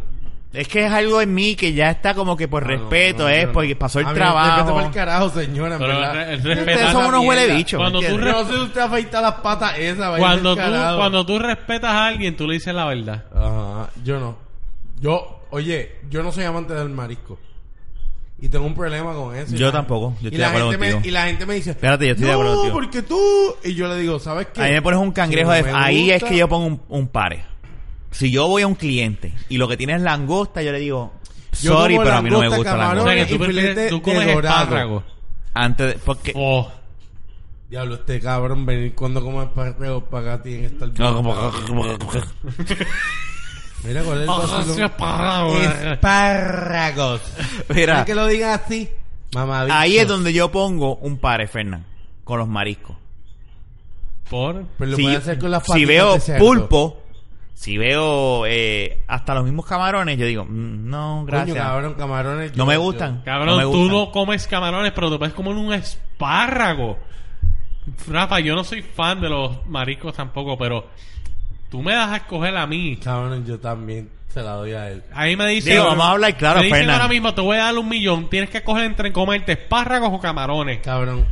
S1: Es que es algo en mí que ya está como que por
S3: Ah, No,
S1: respeto,
S3: no,
S1: es
S3: no, no.
S1: porque pasó el
S3: A mí, respeto
S1: trabajo.
S3: para el carajo, señora, en
S2: Pero el,
S3: verdad.
S2: re- el
S1: Ustedes
S2: respetar
S1: son
S3: la
S1: unos huele
S3: mierda.
S1: bichos. ¿me
S2: Cuando tú
S1: entiendes?
S3: No sé si usted afeita las patas esas, vaya
S2: cuando
S3: del
S2: tú,
S3: carajo.
S2: cuando tú respetas a alguien, tú le dices la verdad.
S3: Ajá, yo no. Yo, oye, yo no soy amante del marisco. Y tengo un problema con eso.
S1: Yo tampoco, yo estoy
S3: y,
S1: de
S3: la
S1: acuerdo
S3: gente me,
S1: contigo.
S3: y la gente me dice,
S1: Espérate, yo estoy de acuerdo
S3: no,
S1: contigo".
S3: porque tú... Y yo le digo, ¿sabes qué?
S1: Ahí me pones un cangrejo de-
S3: Si no me
S1: Ahí es
S3: gusta-
S1: que yo pongo un, un pare. Si yo voy a un cliente y lo que tiene es langosta, yo le digo,
S3: Yo
S1: sorry,
S3: como
S1: pero a mí no me
S3: langosta,
S1: gusta la
S2: O sea
S1: langosta.
S3: camarones.
S2: que
S3: Y
S2: tú,
S3: filete
S2: prefieres,
S3: de
S2: tú comes
S3: dorado.
S2: espárrago.
S1: Antes de, porque,
S2: Oh.
S3: Diablo, este cabrón, venir cuando comas parreo para acá tiene que estar...
S1: No, como-
S3: Mira cuál es el
S2: sí,
S3: vacilón.
S2: espárrago.
S3: Espárragos.
S1: eh. Mira,
S3: Mira. que lo digan así. Mamá,
S1: ahí es donde yo pongo un pare, Fernán, con los mariscos.
S2: Por.
S3: Pero lo
S1: si,
S3: pueden hacer con las
S1: si
S3: patitas
S1: veo
S3: de cerdo.
S1: pulpo, si veo eh, hasta los mismos camarones, yo digo, "Mm, no,
S3: Coño,
S1: gracias.
S3: cabrón, camarones.
S1: no
S3: yo-
S1: me
S3: yo-
S1: gustan.
S2: Cabrón,
S1: me
S2: tú
S1: gustan.
S2: no comes camarones, pero te puedes comer un espárrago. Rafa, yo no soy fan de los mariscos tampoco, pero tú me das a escoger a mí.
S3: Cabrón, yo también se la doy a él.
S2: Ahí me dicen.
S1: Digo, vamos a hablar claro,
S2: Me dicen
S1: Fernan.
S2: ahora mismo, te voy a dar un millón. Tienes que coger entre comerte espárragos o camarones.
S3: Cabrón.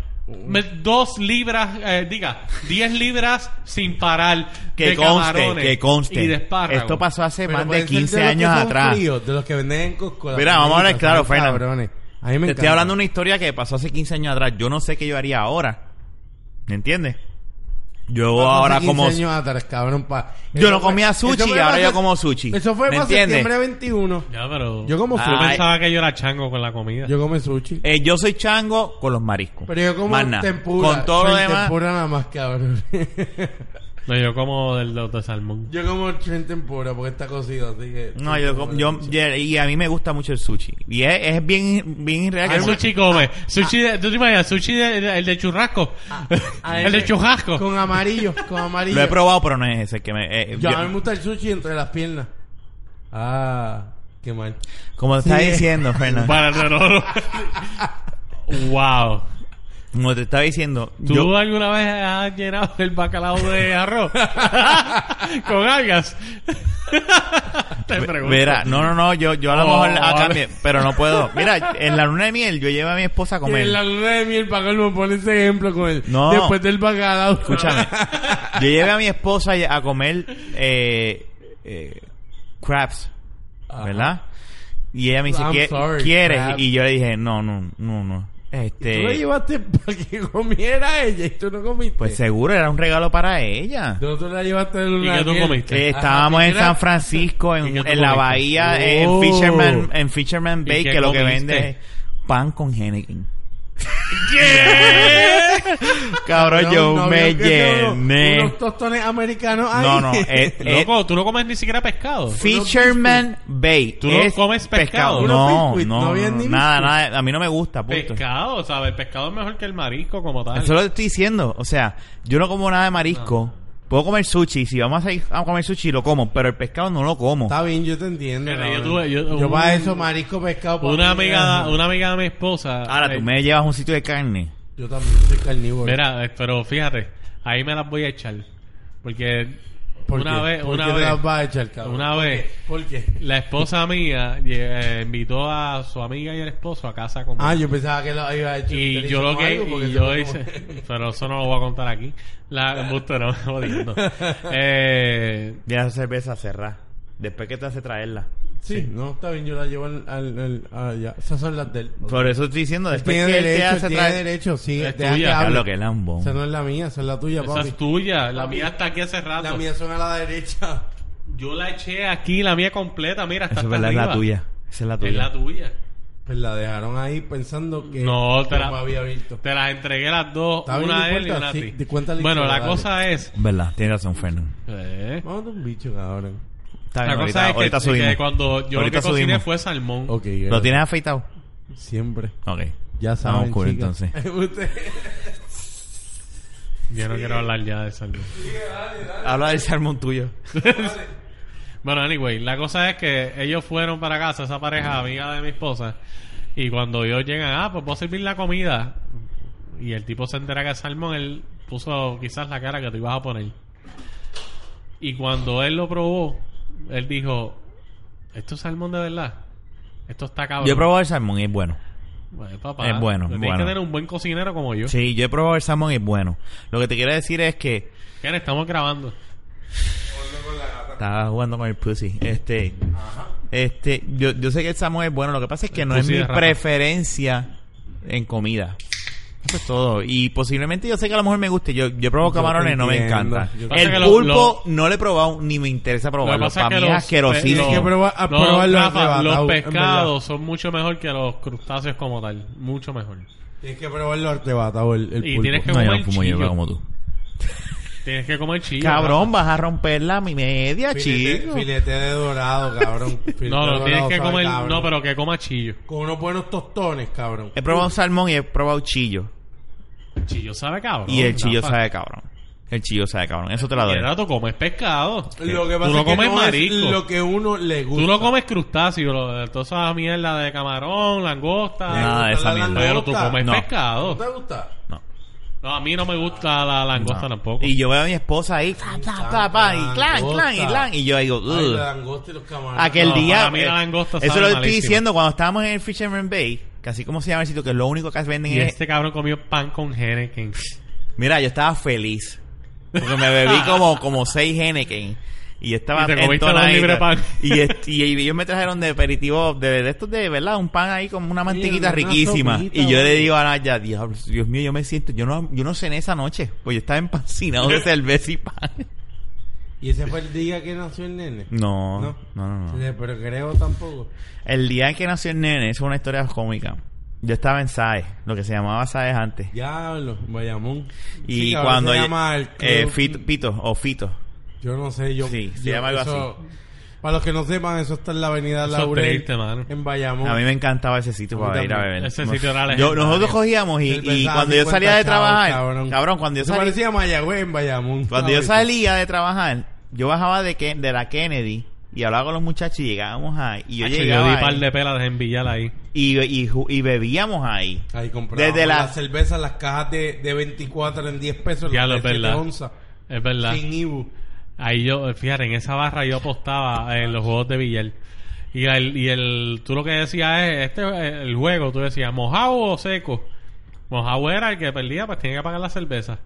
S2: Me- dos libras, eh, diga, diez libras sin parar.
S1: Que
S2: de
S1: conste,
S2: camarones
S1: que conste.
S2: Y de espárragos.
S1: Esto pasó hace
S3: Pero
S1: más
S3: pueden
S1: de
S3: ser
S1: 15
S3: los que
S1: años
S3: son
S1: atrás.
S3: fríos, de los que venden en Costco.
S1: Mira,
S3: las
S1: vamos a hablar
S3: palomitas,
S1: claro,
S3: ¿sabes?
S1: Fernan.
S3: Cabrones. A mí me
S1: Te estoy
S3: encanta.
S1: hablando de una historia que pasó hace 15 años atrás. Yo no sé qué yo haría ahora. ¿Me entiendes? Yo
S3: Hace
S1: ahora
S3: 15
S1: como...
S3: años atrás, cabrón, pa-
S1: Yo
S3: Eso
S1: no
S3: fue-
S1: comía sushi
S3: eso fue
S1: y ahora
S3: para
S1: yo
S3: se-
S1: como sushi.
S3: Eso fue
S1: ¿Me
S3: para
S1: entiendes?
S3: septiembre 21.
S2: Ya, pero.
S3: Yo como
S2: yo
S1: Ah,
S3: sushi.
S2: pensaba que yo era chango con la comida.
S3: Yo como sushi.
S1: Eh, yo soy chango con los mariscos.
S3: Pero yo como
S1: Más nada.
S3: tempura.
S1: Con todo lo
S3: soy
S1: demás.
S3: tempura nada más, cabrón. [laughs]
S2: No, yo como del de, de salmón.
S3: yo como tren tempura porque está cocido, así que...
S1: No, yo, com- yo- yo- y a mí me gusta mucho el sushi. Y es, es bien, bien irreal que
S2: ¿Qué sushi come? Sushi de, ¿Tú te imaginas? Sushi de- de- el de churrasco. [laughs]
S3: Ah,
S2: el de
S3: ese.
S2: churrasco.
S3: Con amarillo, con amarillo.
S1: Lo he probado, pero no es ese que me. eh,
S3: Yo,
S1: yo-
S3: a mí me gusta el sushi entre las piernas. Ah, qué mal.
S1: como te estaba
S3: Sí.
S1: diciendo, Fernando.
S2: Para el
S3: [laughs]
S2: oro. wow.
S1: Como te estaba diciendo,
S2: ¿Tú
S1: yo,
S2: alguna vez has llenado el bacalao de
S3: [laughs]
S2: arroz? con [laughs] algas. te pregunto.
S1: Mira, no, no, no, yo, yo a lo
S2: Oh,
S1: mejor la-
S2: vale.
S1: cambié, pero no puedo. Mira, en la luna de miel yo llevo a mi esposa a comer.
S3: En la luna de miel, para que me pone ese ejemplo con él.
S1: No.
S3: Después del bacalao.
S1: Escúchame. Yo llevé a mi esposa a comer eh, eh, crabs,
S3: Ajá.
S1: ¿verdad? Y ella me dice,
S3: I'm
S1: "¿Quie-
S3: sorry,
S1: ¿quieres?
S3: crabs.
S1: Y yo le dije, no, no, no, no. Este,
S3: [laughs] Tú lo llevaste para que [laughs] comiera ella y tú no comiste.
S1: Pues seguro, era un regalo para ella.
S3: Tú, tú la llevaste de luna
S2: ¿Y qué
S3: de
S2: tú
S3: miel.
S2: comiste?
S1: Eh, estábamos
S3: Ajá,
S1: en
S3: mira.
S1: San Francisco,
S2: ¿Y
S1: en,
S2: qué tú
S1: en la
S2: comiste?
S1: bahía, eh, en
S3: Oh.
S1: Fisherman, en Fisherman Bay,
S2: qué
S1: que lo que
S2: comiste?
S1: vende es pan con Henneken. [laughs] Cabrón,
S3: No,
S1: yo
S3: no,
S1: me
S3: vio que tengo
S1: llené.
S3: Unos tostones americanos ahí.
S1: No,
S3: [laughs]
S1: no, eh, eh,
S2: Loco, tú [laughs] no comes ni siquiera pescado.
S1: Fisherman Bay.
S2: ¿Tú no
S1: Es
S2: comes pescado?
S3: Unos
S1: No,
S3: biscuits, no
S1: no,
S3: había ni
S1: nada,
S3: biscuits.
S1: nada. A mí no me gusta, punto.
S2: Pescado, ¿sabes? El pescado es mejor que el marisco como tal.
S1: Eso lo estoy diciendo. O sea, yo no como nada de marisco. Puedo comer sushi. Si vamos a, salir a comer sushi, lo como. Pero el pescado no lo como.
S3: Está bien, yo te entiendo.
S2: Mira, yo
S3: cabrón.
S2: tuve- yo- un-
S3: para eso marisco, pescado.
S2: Una
S3: papi,
S2: amiga,
S3: mira.
S2: una amiga de mi esposa.
S1: Ahora,
S2: eh,
S1: tú me llevas a un sitio de carne.
S3: Yo también soy carnívoro.
S2: Mira, eh, pero fíjate, ahí me las voy a echar. Porque
S3: ¿Por
S2: una
S3: qué?
S2: vez,
S3: ¿Por
S2: una
S3: qué te
S2: vez,
S3: las vas a echar, cabrón?
S2: una vez,
S3: ¿Por qué?
S2: la esposa mía eh, invitó a su amiga y el esposo a casa conmigo.
S3: Ah, yo pensaba que lo iba a echar.
S2: y yo lo que y yo hice, [laughs] pero eso no lo voy a contar aquí. La embuste, no, jodiendo. Eh,
S1: Ya esa cerveza cerrada. Después que te hace traerla.
S3: [laughs] Sí, no, está bien, yo la llevo al. al, al- ah, ya. Esas son las del.
S1: Por eso estoy diciendo, después
S3: Tiene
S1: que él te
S3: derecho,
S1: hace
S3: tiene
S1: traer.
S3: derecho, sí.
S2: Es
S3: deja
S2: tuya.
S3: que
S1: Ya
S3: hable.
S1: lo que es lambón. [laughs]
S3: Esa no es la mía, esa es la tuya,
S2: esa
S3: papi.
S2: es tuya, la mía está aquí hace rato.
S3: La mía son a la derecha.
S2: Yo la eché aquí, la mía completa, mira, está
S1: Eso es
S2: hasta
S1: verdad, es la
S2: arriba.
S1: tuya. Esa es la
S2: Es
S1: tuya.
S2: la tuya.
S3: Pues la dejaron ahí pensando que
S2: No, te
S3: que
S2: la-
S3: me había visto.
S2: Te las entregué las dos,
S3: Está bien,
S2: una
S3: no
S2: a él y
S3: importa,
S2: una a
S3: sí,
S2: ti.
S3: di- cuenta la
S2: Bueno, la
S3: historia, dale.
S2: cosa es...
S1: Verdad, tienes razón, Fernando.
S2: Eh,
S3: Vamos un bicho, cabrón.
S1: Está
S2: la
S1: bien,
S2: cosa
S1: ahorita,
S2: es que,
S1: ahorita
S2: que
S1: subimos.
S2: cuando yo
S1: Ahorita
S2: lo que cociné
S1: subimos.
S2: fue salmón.
S3: Ok,
S1: ¿Lo tienes afeitado?
S3: Siempre.
S1: Ok.
S3: Ya saben,
S1: cool,
S3: chicas. [laughs]
S1: entonces.
S3: Usted-
S2: Yo no quiero hablar ya de salmón.
S1: Habla del salmón tuyo.
S2: Ah, Bueno, anyway, la cosa es que ellos fueron para casa, esa pareja amiga de mi esposa, y cuando ellos llegan, ah, pues puedo servir la comida. Y el tipo se entera que es salmón, él puso quizás la cara que tú ibas a poner. Y cuando él lo probó, él dijo, Esto es salmón de verdad. Esto está cabrón.
S1: Yo he probado el salmón y es bueno.
S2: Bueno, papá,
S1: Es bueno,
S2: Tienes
S1: bueno.
S2: que tener un buen cocinero como yo.
S1: Sí, yo he probado el salmón y es bueno. Lo que te quiero decir es que
S2: Ken, estamos grabando.
S1: estaba jugando con el pussy. Este, este, yo, yo sé que el salmón es bueno. Lo que pasa es que
S2: El
S1: no es
S2: pussy
S1: mi
S2: de rata.
S1: preferencia en comida. Eso es todo. Y posiblemente yo sé que a lo mejor me guste. Yo, yo pruebo
S3: Yo te
S1: camarones, no me
S3: entiendo.
S1: encanta.
S3: Yo-
S2: Pasa que
S1: El
S2: lo-
S1: pulpo no lo he probado ni me interesa
S2: Lo que
S1: probarlo.
S2: pasa
S1: Para
S2: es
S1: mí
S2: que
S1: es
S2: los,
S1: asquerosísimo.
S3: Tienes que probar- a probarlo arrebatado, en
S2: los
S3: verdad.
S2: pescados son mucho mejor que los crustáceos como tal. Mucho mejor.
S3: Tienes que probarlo arrebatado el, el
S2: Y
S3: pulpo.
S2: tienes que-
S1: No, yo
S2: comer
S1: no fumo
S2: chillo.
S1: hierba como tú.
S2: Tienes que comer chile.
S1: Cabrón, vas a romper la mi media,
S3: Filete,
S1: chico.
S3: filete de dorado, cabrón.
S2: [laughs]
S3: Filete
S2: No, no,
S3: dorado,
S2: tienes que
S3: sabe,
S2: comer.
S3: cabrón.
S2: No, pero Eh, que coma chillo.
S3: Con unos buenos tostones, cabrón.
S1: He probado salmón y he probado chillo.
S2: Chillo sabe cabrón.
S1: Y el chillo
S2: Rafa.
S1: sabe cabrón. El chillo sabe cabrón. Eso te lo doy.
S2: Y ahora tú comes pescado.
S3: Lo que
S2: Tú
S3: pasa
S2: no
S3: es que
S2: comes
S3: no
S2: marisco.
S3: es lo que uno le gusta.
S2: Tú no comes crustáceo, lo- toda esa mierda de camarón, langosta.
S1: Nada
S3: gusta
S1: de esa
S3: la
S1: mierda.
S3: langosta?
S2: pero tú comes
S1: No.
S3: ¿No
S2: pescado.
S3: te gusta?
S1: No,
S2: No, a mí no me gusta la langosta
S1: no.
S2: tampoco.
S1: Y yo veo a mi esposa ahí, pa, pa, pa, pa, y clan, clan, y clan. Y yo digo,
S3: Ay,
S1: "Ugh".
S3: la langosta y los camarones.
S1: aquel
S2: No,
S1: día. eh,
S2: para mí la langosta
S1: eso
S2: sabe
S1: lo estoy
S2: malísimo.
S1: diciendo cuando estábamos en el Fisherman Bay. Casi como se llama el sitio, que lo único que venden
S2: Y
S1: es.
S2: este cabrón comió pan con Henneken.
S1: Mira, yo estaba feliz. Porque me bebí
S2: [laughs]
S1: como, como seis Henneken. Y yo estaba
S2: Y te comiste dos
S1: entonadito.
S2: libres pan.
S1: Y, est- y ellos me trajeron de aperitivo, de, de estos de, ¿verdad? Un pan ahí con una mantequita
S3: una
S1: riquísima.
S3: sopita,
S1: y yo le
S3: güey.
S1: digo a Naya, diablo, Dios mío, yo me siento, yo no, yo no cené esa noche. Pues yo estaba empancinado
S2: [laughs]
S1: de cerveza y pan.
S3: ¿Y ese fue el día que nació el nene?
S1: No, no, no, no.
S3: Sí, Pero creo tampoco.
S1: El día en que nació el nene, eso es una historia cómica. Yo estaba en SAES, lo que se llamaba SAES antes.
S3: Diablo, Bayamón.
S1: Y
S3: Sí, cabrón,
S1: cuando...
S3: se
S1: lle-
S3: llama el club.
S1: eh, Fito- Pito, o Fito.
S3: Yo no sé, yo.
S1: Sí, se
S3: yo-
S1: llama algo
S3: eso- Para los que no sepan, eso está en la avenida
S2: Eso es
S3: Laurel.
S2: triste, mano.
S3: En Bayamón.
S1: A mí me encantaba ese sitio
S3: A mí
S1: para ir a
S3: también.
S1: beber.
S2: Ese sitio era
S1: yo,
S2: legendario.
S1: Nosotros cogíamos y, y
S3: Cerveza
S1: cuando yo
S3: 50
S1: salía de
S3: chavos,
S1: trabajar, cabrón, cuando yo
S3: Eso
S1: salía,
S3: parecía Mayagüez en Bayamón.
S1: cuando yo
S3: ¿sabes?
S1: salía de trabajar, yo bajaba de Ken- de la Kennedy y hablaba con los muchachos y llegábamos ahí y yo
S2: Hacho,
S1: llegaba
S2: di
S1: ahí,
S2: par de pelas en Villal ahí.
S1: y, y ju- y bebíamos ahí.
S3: Ahí comprábamos
S1: Desde
S3: Desde
S1: la-
S3: las cervezas, las cajas de, de 24 en 10 pesos.
S2: Ya
S3: las
S2: lo
S3: de
S2: es verdad.
S3: 7 onzas,
S2: Es verdad.
S3: Sin Ibu.
S2: Ahí yo, fíjate, en esa barra yo apostaba en los juegos de Villal. Y el, y el, tú lo que decías es, este, el juego, tú decías, mojado o seco. Mojado era el que perdía, pues tenía que pagar la cerveza.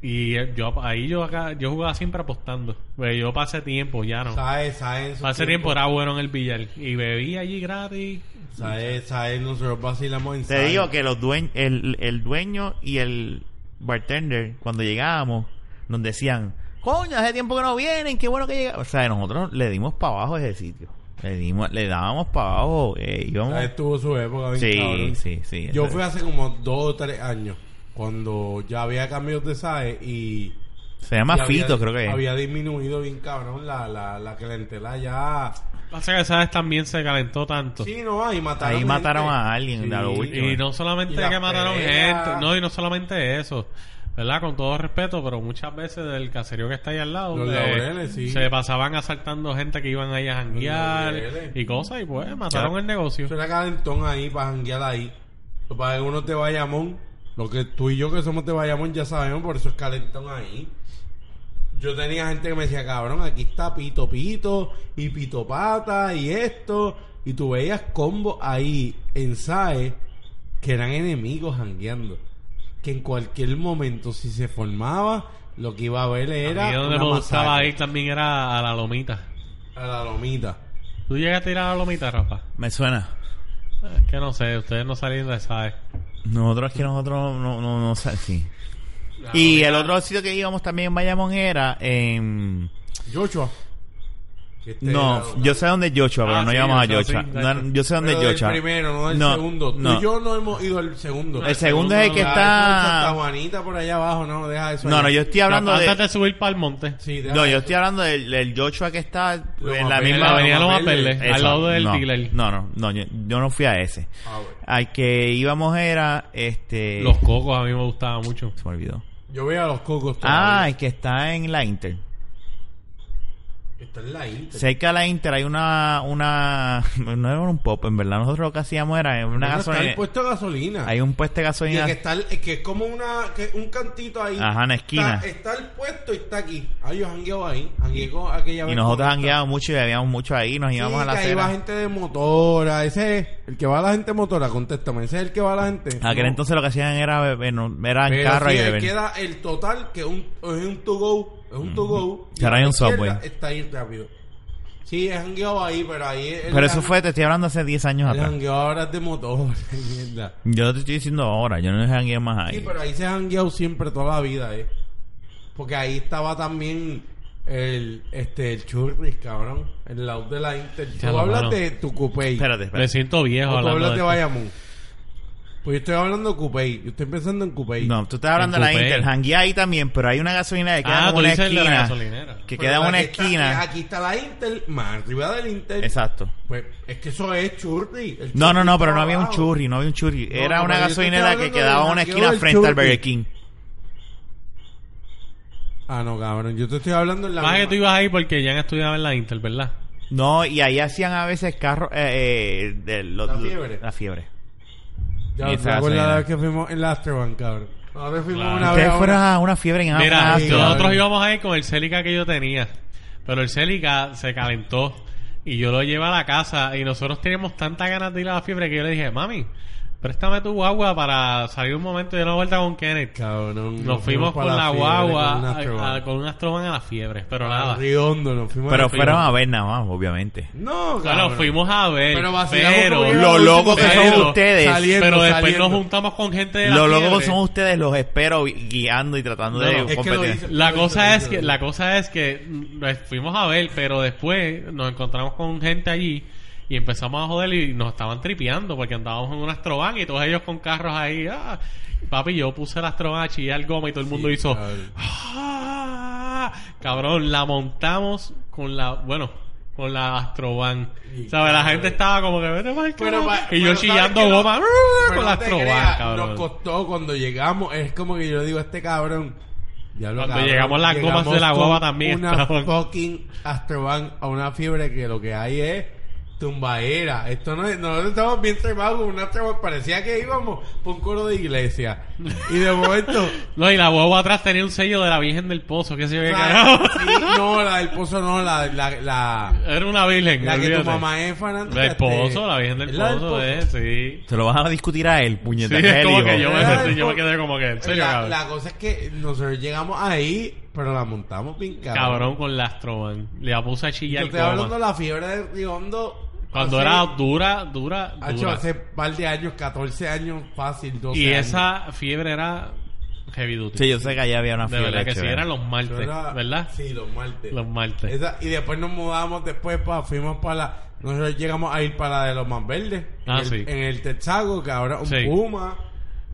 S2: Y eh, yo, ahí yo acá, yo jugaba siempre apostando. Pues yo pasé tiempo, ya no.
S3: Saez, Saez.
S2: Pasé tiempo era bueno en el Villal. Y bebía allí gratis.
S3: Saez, Saez, nosotros vacilamos en
S1: Te
S3: Saez.
S1: digo que los duen- el, el dueño y el bartender, cuando llegábamos, nos decían, coño, hace tiempo que no vienen, qué bueno que llegaron. O sea, nosotros le dimos para abajo ese sitio. Le, dimos, le dábamos para abajo. eh, íbamos-
S3: Saez tuvo su época bien
S1: Sí,
S3: cabrón.
S1: sí, sí.
S3: Yo
S1: Eso
S3: fui
S1: es.
S3: hace como 2 o 3 años. Cuando ya había cambios de Saez y...
S1: Se llama
S3: y había-
S1: Fito, creo que es.
S3: Había disminuido bien cabrón la, la, la clientela ya...
S2: Pasa que sabes también se calentó tanto.
S3: Sí, no, ahí mataron
S1: Ahí mataron
S3: gente.
S1: a alguien, de lo último.
S2: Y no solamente
S3: Y las
S2: que mataron
S3: peleas.
S2: gente, no, y no solamente eso, ¿verdad? Con todo respeto, pero muchas veces del caserío que está ahí al lado, eh,
S3: Los laureles, sí.
S2: se pasaban asaltando gente que iban ahí a janguear
S3: laureles.
S2: y cosas, y pues mataron
S1: Ya.
S2: el negocio.
S3: Eso era calentón ahí para janguear ahí. Lo que pasa es que uno te Bayamón. Lo que tú y yo que somos de Bayamón ya sabemos, por eso es calentón ahí. Yo tenía gente que me decía, cabrón, aquí está Pito Pito y Pito Pata y esto. Y tú veías combos ahí en SAE que eran enemigos jangueando. Que en cualquier momento, si se formaba, lo que iba a haber
S2: Era
S3: era.
S2: y donde
S3: una
S2: me gustaba
S3: masacre.
S2: ir también era a la lomita.
S3: A la lomita.
S2: ¿Tú llegaste a ir a la lomita, Rafa?
S1: Me suena.
S2: Es que no sé, ustedes no salieron de esa. eh.
S1: Nosotros es que nosotros no, no, no sa- sí. y el otro sitio que íbamos también en Bayamón era en...
S3: Joshua. Este
S1: no,
S3: era-
S1: yo sé dónde es Joshua, pero
S2: Ah,
S1: no
S2: sí,
S1: íbamos a
S2: Joshua, sí,
S1: Joshua.
S2: exacto.
S1: No, yo sé dónde
S3: Pero
S1: es
S3: del
S1: Joshua.
S3: primero, no del segundo. Tú
S1: no.
S3: y yo no hemos ido al segundo.
S1: El segundo es el que
S3: Ah, eso en Santa
S1: está...
S3: Juanita por allá abajo, no, deja eso.
S1: No,
S3: allá.
S1: no, yo estoy hablando
S2: Antes
S1: de...
S2: de subir para el monte.
S3: Sí, deja
S1: No,
S3: eso.
S1: yo estoy hablando del, del Joshua que está
S3: Lo
S1: en la
S3: papel,
S2: En
S1: misma
S2: la avenida
S3: Loma
S2: Loma
S3: Verde.
S2: Pérez, al lado del
S1: no,
S2: dealer.
S1: No, no, no, yo, yo no fui a ese.
S3: Ah, bueno.
S1: Al que íbamos era... este
S2: Los cocos a mí me gustaba mucho.
S1: Se me olvidó.
S3: Yo voy a los cocos.
S1: Ah,
S3: todavía.
S1: el que está en la Inter.
S3: Esto es la Inter.
S1: Cerca de la Inter hay una, una, [laughs] no era un pop, en verdad. Nosotros lo que hacíamos era una
S3: Bueno, está
S1: gasolina.
S3: el puesto de gasolina.
S1: Hay un puesto de
S3: Y
S1: gasolina.
S3: el que está el- es que es como una, que un cantito ahí.
S1: Ajá, en la esquina.
S3: Está, está el puesto y está aquí. Ah, Ahí yo jangueo ahí. Jangueo con aquella
S1: Y
S3: vez
S1: nosotros
S3: con-
S1: hangueábamos mucho y bebíamos mucho ahí. Nos
S3: Sí,
S1: íbamos a la
S3: que ahí va
S1: cena.
S3: gente de motora. Ese es el que va a la gente de motora. Contéstame. Ese es el que va a la gente.
S1: Aquel
S3: No.
S1: entonces lo que hacían era beber, no, era en
S3: Pero
S1: carro
S3: sí,
S1: y
S3: es
S1: beber.
S3: que era el total que un, es un to go. Es un to go.
S1: Y ahora hay un
S3: izquierda
S1: Subway.
S3: Está ahí rápido. Sí, es jangueo ahí, pero ahí. es el
S1: Pero eso
S3: jan-
S1: fue, te estoy hablando hace 10 años
S3: El
S1: atrás.
S3: jangueo ahora es de motor. [laughs] mierda.
S1: Yo te estoy diciendo ahora, yo no jangueo más
S3: Sí,
S1: ahí.
S3: pero ahí se han guiado siempre toda la vida, ¿eh? Porque ahí estaba también el este el churris, cabrón. El lado de la Inter. Tú
S2: Ya lo
S3: hablas
S2: mano.
S3: de tu Coupey. O
S1: Espérate,
S2: Me
S1: espérate.
S2: siento viejo
S3: tú
S2: hablando
S3: hablas
S2: de
S3: de
S2: esto.
S3: Bayamón. Pues yo estoy hablando de Coupey. Yo estoy pensando en Coupey.
S1: No, tú estás hablando de la
S2: En Coupé.
S1: Inter. Janguea ahí también, pero hay una gasolina que queda
S2: Ah,
S1: en
S2: tú
S1: una
S2: dices el de la
S1: esquina.
S2: gasolinera.
S1: Que
S3: Pero
S1: queda en una
S3: aquí está-
S1: esquina.
S3: aquí está la Inter, más arriba del Inter.
S1: Exacto.
S3: Pues es que eso es churri. el
S1: No, no, no,
S3: churri
S1: pero no
S3: estaba
S1: había un
S3: abajo.
S1: churri, no había un churri.
S3: No,
S1: Era
S3: no,
S1: una
S3: pero yo te estoy
S1: gasolinera que
S3: hablando
S1: quedaba
S3: del
S1: en una
S3: jangueo
S1: esquina
S3: del
S1: frente al
S3: churri.
S1: Burger King.
S3: Ah, no, cabrón. Yo te estoy hablando en la.
S2: Más que
S3: misma-
S2: tú ibas ahí porque ya han estudiado en la Inter, ¿verdad?
S1: No, y ahí hacían a veces carro... Eh, eh, de los-
S3: La fiebre.
S1: La fiebre.
S3: Ya,
S1: Y
S3: ¿te
S1: esa
S3: acuerdas la
S1: gasolina.
S3: vez que fuimos en la Astroban, cabrón? Ahora fuimos
S2: Claro.
S3: una vez.
S1: Ustedes
S3: a
S1: fueron
S3: una-
S1: a una fiebre en
S2: Mira,
S1: ah,
S3: sí,
S1: claro.
S2: nosotros
S3: cabrón.
S2: íbamos ahí con el Celica que yo tenía. Pero el Celica se calentó. Y yo lo llevé a la casa. Y nosotros teníamos tantas ganas de ir a la fiebre que yo le dije, mami, préstame tu guagua para salir un momento de una vuelta con Kenneth.
S3: Cabrón.
S2: Nos fuimos con
S3: para
S2: la
S3: fiebre,
S2: guagua,
S3: Con un
S2: a- a-
S3: Astroban.
S2: con un astroban a la fiebre. Pero
S3: A
S2: nada.
S3: Riondo, nos fuimos. a
S1: Pero
S3: la
S1: fueron
S3: fiebre.
S1: a ver nada más, obviamente.
S3: No,
S2: Bueno,
S3: cabrón.
S2: fuimos a ver.
S3: Pero
S2: Pero,
S3: vacilamos como que-
S1: Lo locos que son
S2: Pero-
S1: ustedes.
S3: saliendo,
S2: pero después
S3: saliendo.
S2: nos juntamos con gente de la
S1: Lo
S2: fiebre.
S1: loco que son ustedes, los espero gui- guiando y tratando
S2: No, es
S1: de
S3: que lo
S1: competir.
S3: hice-
S2: [laughs] La
S3: Lo
S2: cosa
S3: [laughs] hizo,
S2: es
S3: lo
S2: que
S3: hizo.
S2: la cosa es que mm, nos fuimos a ver, pero después nos encontramos con gente allí y empezamos a joder y nos estaban tripeando porque andábamos en un astroban y todos ellos con carros ahí. ah. Papi, yo puse el astroban a chillar goma y todo el mundo hizo
S3: cabrón.
S2: "Ah". Cabrón, la montamos con la, bueno, con la astroban.
S3: Y
S2: ¿Sabes? La
S3: cabrón.
S2: gente estaba como que vete pa'l
S3: Pero,
S2: carajo".
S3: pa-
S2: y yo
S3: pero
S2: chillando
S3: ¿sabes qué?
S2: goma
S3: No-
S2: "Ah",
S3: pero
S2: con la
S3: no te
S2: astroban,
S3: creas,
S2: cabrón.
S3: Nos costó cuando llegamos. Es como que yo digo a este cabrón. diablo,
S2: Cuando
S3: cabrón,
S2: llegamos las gomas
S3: llegamos
S2: de la
S3: con
S2: guagua también,
S3: Una
S2: cabrón.
S3: fucking Astroban a una fiebre que lo que hay es tumbaera. Esto no es, nosotros estamos bien trepados con una Astroban. Parecía que íbamos por un coro de iglesia. Y
S2: [laughs]
S3: de momento.
S2: No, y la guagua atrás tenía un sello de la Virgen del Pozo, que se ve
S3: la-
S2: carajo.
S3: sí, no, la del pozo no, la, la, la,
S2: Era una virgen,
S3: la que tu
S2: olvídate.
S3: mamá es este, fanática.
S2: Del pozo, la virgen
S3: Virgen
S2: del pozo, eh, sí.
S1: Se lo vas a discutir a él,
S2: Sí,
S1: puñetero.
S2: es como que yo
S3: Era
S2: me,
S3: del
S2: yo me
S3: pozo.
S2: quedé como que, en serio,
S3: la,
S2: cabrón.
S3: la cosa es que nosotros llegamos ahí, pero la montamos bien cabrón.
S2: Cabrón con la Astroban. Le puse a
S3: Yo
S2: chillar
S3: estoy
S2: goma.
S3: hablando de la fiebre de Riondo.
S2: Cuando
S3: hace-
S2: era dura, dura,
S3: Hacho,
S2: dura.
S3: hace par de años, 14 años fácil, 12
S2: Y
S3: años.
S2: esa fiebre era heavy duty.
S1: Sí, yo sé que allá había una
S2: de
S1: fiebre.
S2: verdad que sí,
S1: chévere.
S2: eran los
S3: Yo
S2: martes,
S3: era-
S2: ¿verdad?
S3: Sí, los martes.
S2: Los martes.
S3: Esa- y después nos mudamos, después pa- fuimos para la... Nosotros llegamos a ir para la de los más verdes.
S2: Ah,
S3: en, el-
S2: sí.
S3: en el Texaco, que ahora un
S2: Sí.
S3: Puma,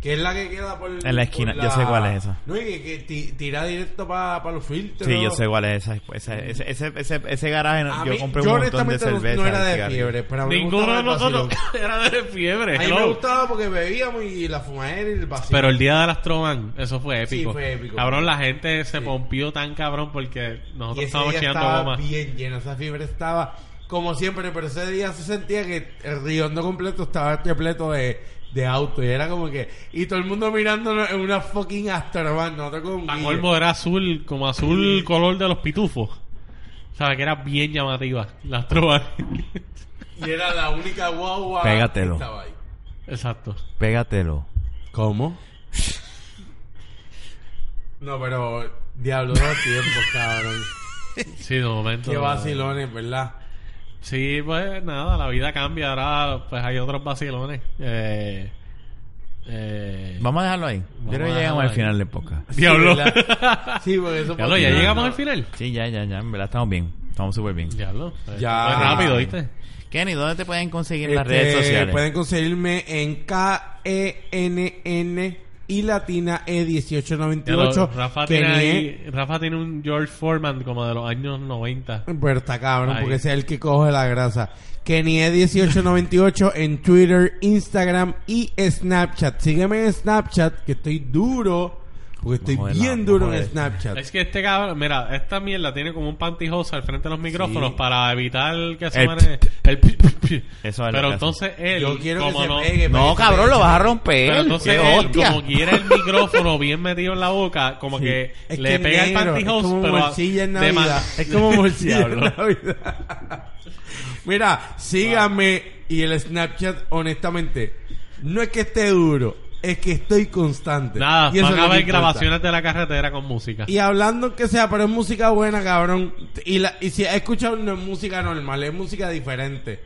S3: que es la que queda por...
S1: En la esquina,
S3: por
S1: yo sé cuál es esa.
S3: No, y que, que ti- tira directo para los filtros.
S1: Sí, yo sé cuál es esa. pues, esa- ese, ese, ese, ese garaje, no-
S3: A
S1: yo
S3: mí-
S1: compré
S3: yo
S1: un montón de
S3: honestamente no-
S1: cerveza.
S3: No era de
S1: cigarrillos.
S3: fiebre, pero a mí me
S2: Ninguno
S3: gustaba
S2: de
S3: el
S2: nosotros [laughs]
S3: vacilón.
S2: era de fiebre.
S3: A mí me
S2: hello.
S3: gustaba porque bebíamos y la fumadera y el vacío.
S2: Pero el día de las Astroban, eso fue
S3: Sí,
S2: épico.
S3: fue épico.
S2: Cabrón, la gente se pompió tan cabrón porque nosotros
S3: y ese
S2: estábamos
S3: día
S2: chillando
S3: estaba
S2: goma.
S3: bien lleno, esa fiebre estaba como siempre, pero ese día se sentía que el riondo completo estaba repleto de, de autos y era como que y todo el mundo mirándonos en una fucking Astrovan, nosotros con
S2: La
S3: Guille.
S2: colmo era azul, como azul color de los pitufos. O sea, que era bien llamativa la Astroban.
S3: y era la única guagua
S1: Pégatelo.
S3: que estaba ahí.
S2: [laughs] Exacto.
S1: Pégatelo.
S3: ¿Cómo? No, pero diablo los tiempos, cabrón.
S2: Sí, de momento.
S3: Qué vacilones, ¿verdad?
S2: Sí, pues nada, la vida cambia. Ahora pues hay otros vacilones. Eh, eh,
S1: Vamos a dejarlo ahí.
S2: Vamos
S1: yo creo
S2: a
S1: que llegamos
S2: dejarlo
S1: al
S2: ahí.
S1: final de época.
S2: Diablo.
S3: Sí,
S1: [laughs]
S3: ¿verdad? Sí, porque eso
S2: [laughs]
S3: fue
S2: Diablo, ya
S3: final,
S2: llegamos
S3: ¿no?
S2: al final.
S1: Sí, ya, ya, ya. En verdad estamos bien. Estamos súper bien.
S2: Diablo.
S3: Ya.
S2: Fue rápido, ¿viste?
S1: Kenny, ¿dónde te pueden conseguir
S3: Este,
S1: las redes sociales?
S3: Pueden conseguirme en K-E-N-N y latina E
S2: Pero
S3: E1898.
S2: Rafa
S3: que
S2: tiene,
S3: ni
S2: ahí- Rafa tiene un George Foreman como de los años 90.
S3: es- E, Pero está cabrón,
S2: Ahí.
S3: porque ese es el que coge la grasa. Kenny E E1898 [laughs] en Twitter, Instagram y Snapchat. Sígueme en Snapchat, que estoy duro Porque estoy
S1: Vamos a ver la-
S3: bien duro
S1: vamos a
S3: en
S1: ver.
S3: Snapchat.
S2: Es que este cabrón, mira, esta mierda tiene como un pantyhose al frente de los micrófonos para evitar que se
S1: El
S2: mane- el pi- pi- pi.
S1: Eso es lo que
S2: Pero
S1: hace.
S2: entonces él,
S3: Yo quiero que
S2: como
S3: se
S2: no,
S3: pegue.
S1: No,
S3: parece
S1: Oh, cabrón,
S3: que-
S1: lo vas a romper.
S2: pero entonces
S1: ¡Qué
S2: él,
S1: hostia!
S2: como quiere el micrófono bien metido en la boca, como
S1: Sí.
S2: que
S3: Es
S2: le
S3: que
S2: pega
S3: negro,
S2: el
S3: es
S2: pantyhose,
S3: como
S2: pero
S3: morcilla en
S2: de
S3: Navidad.
S2: mal-
S3: Es como [laughs] morcilla en
S2: Diablo.
S3: Navidad. Mira, síganme y el Snapchat, honestamente, no es que esté duro, es que estoy
S2: [laughs]
S3: constante.
S2: Nada,
S3: Y eso es
S2: van
S3: lo
S2: a
S3: que
S2: ver
S3: importa.
S2: grabaciones de la carretera con música.
S3: Y hablando que sea, pero es música buena, cabrón. Y, la, y si has escuchado, no es música normal, es música diferente.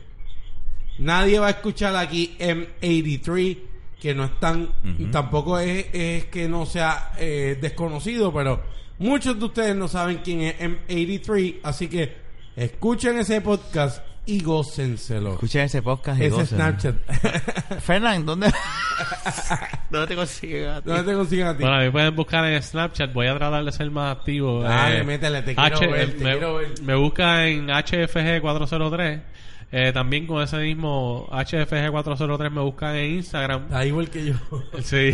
S3: Nadie va a escuchar aquí M83, que no es tan. Tampoco es, es que no sea eh, desconocido, pero muchos de ustedes no saben quién es M83, así que escuchen ese podcast y gócenselo.
S1: Escuchen ese podcast y
S3: Ese
S1: gocen. [laughs]
S3: Snapchat.
S1: Fernán, ¿dónde, ¿dónde te consigues? a ti?
S3: ¿Dónde te consiguen a ti?
S2: Bueno, a mí pueden buscar en Snapchat, voy a tratar de ser más activo. eh,
S3: Dale, métele, te quiero ver, te
S2: me,
S3: quiero ver.
S2: me busca en HFG403. eh, también con ese mismo HFG403 me buscan en Instagram.
S3: Está igual que yo.
S2: Sí.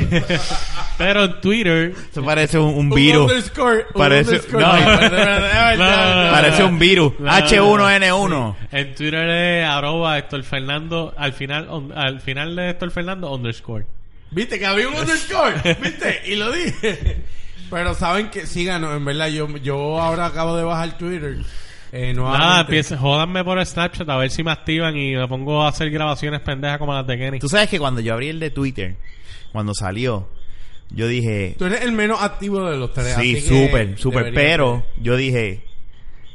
S2: [laughs] Pero en Twitter.
S1: Eso parece un, un
S3: Un
S1: virus.
S3: underscore, un
S1: Parece-
S3: underscore. [laughs]
S1: no. [laughs]
S3: Es verdad, es verdad.
S1: Parece un virus.
S2: No.
S1: H1N1.
S2: En Twitter es arroba Héctor Fernando. Al final, on- al final de Héctor Fernando, underscore.
S3: ¿Viste que había un
S2: [laughs]
S3: underscore? ¿Viste? Y lo dije. Pero saben que síganos, en verdad. Yo, yo ahora acabo de bajar Twitter. Eh, nuevamente.
S2: Nada, empieza, jódanme por Snapchat a ver si me activan y me pongo a hacer grabaciones pendejas como las de Kenny.
S1: Tú sabes que cuando yo abrí el de Twitter, cuando salió, yo dije,
S3: Tú eres el menos activo de los tres.
S1: sí,
S3: así que
S1: súper, súper,
S3: deberías-
S1: pero yo dije,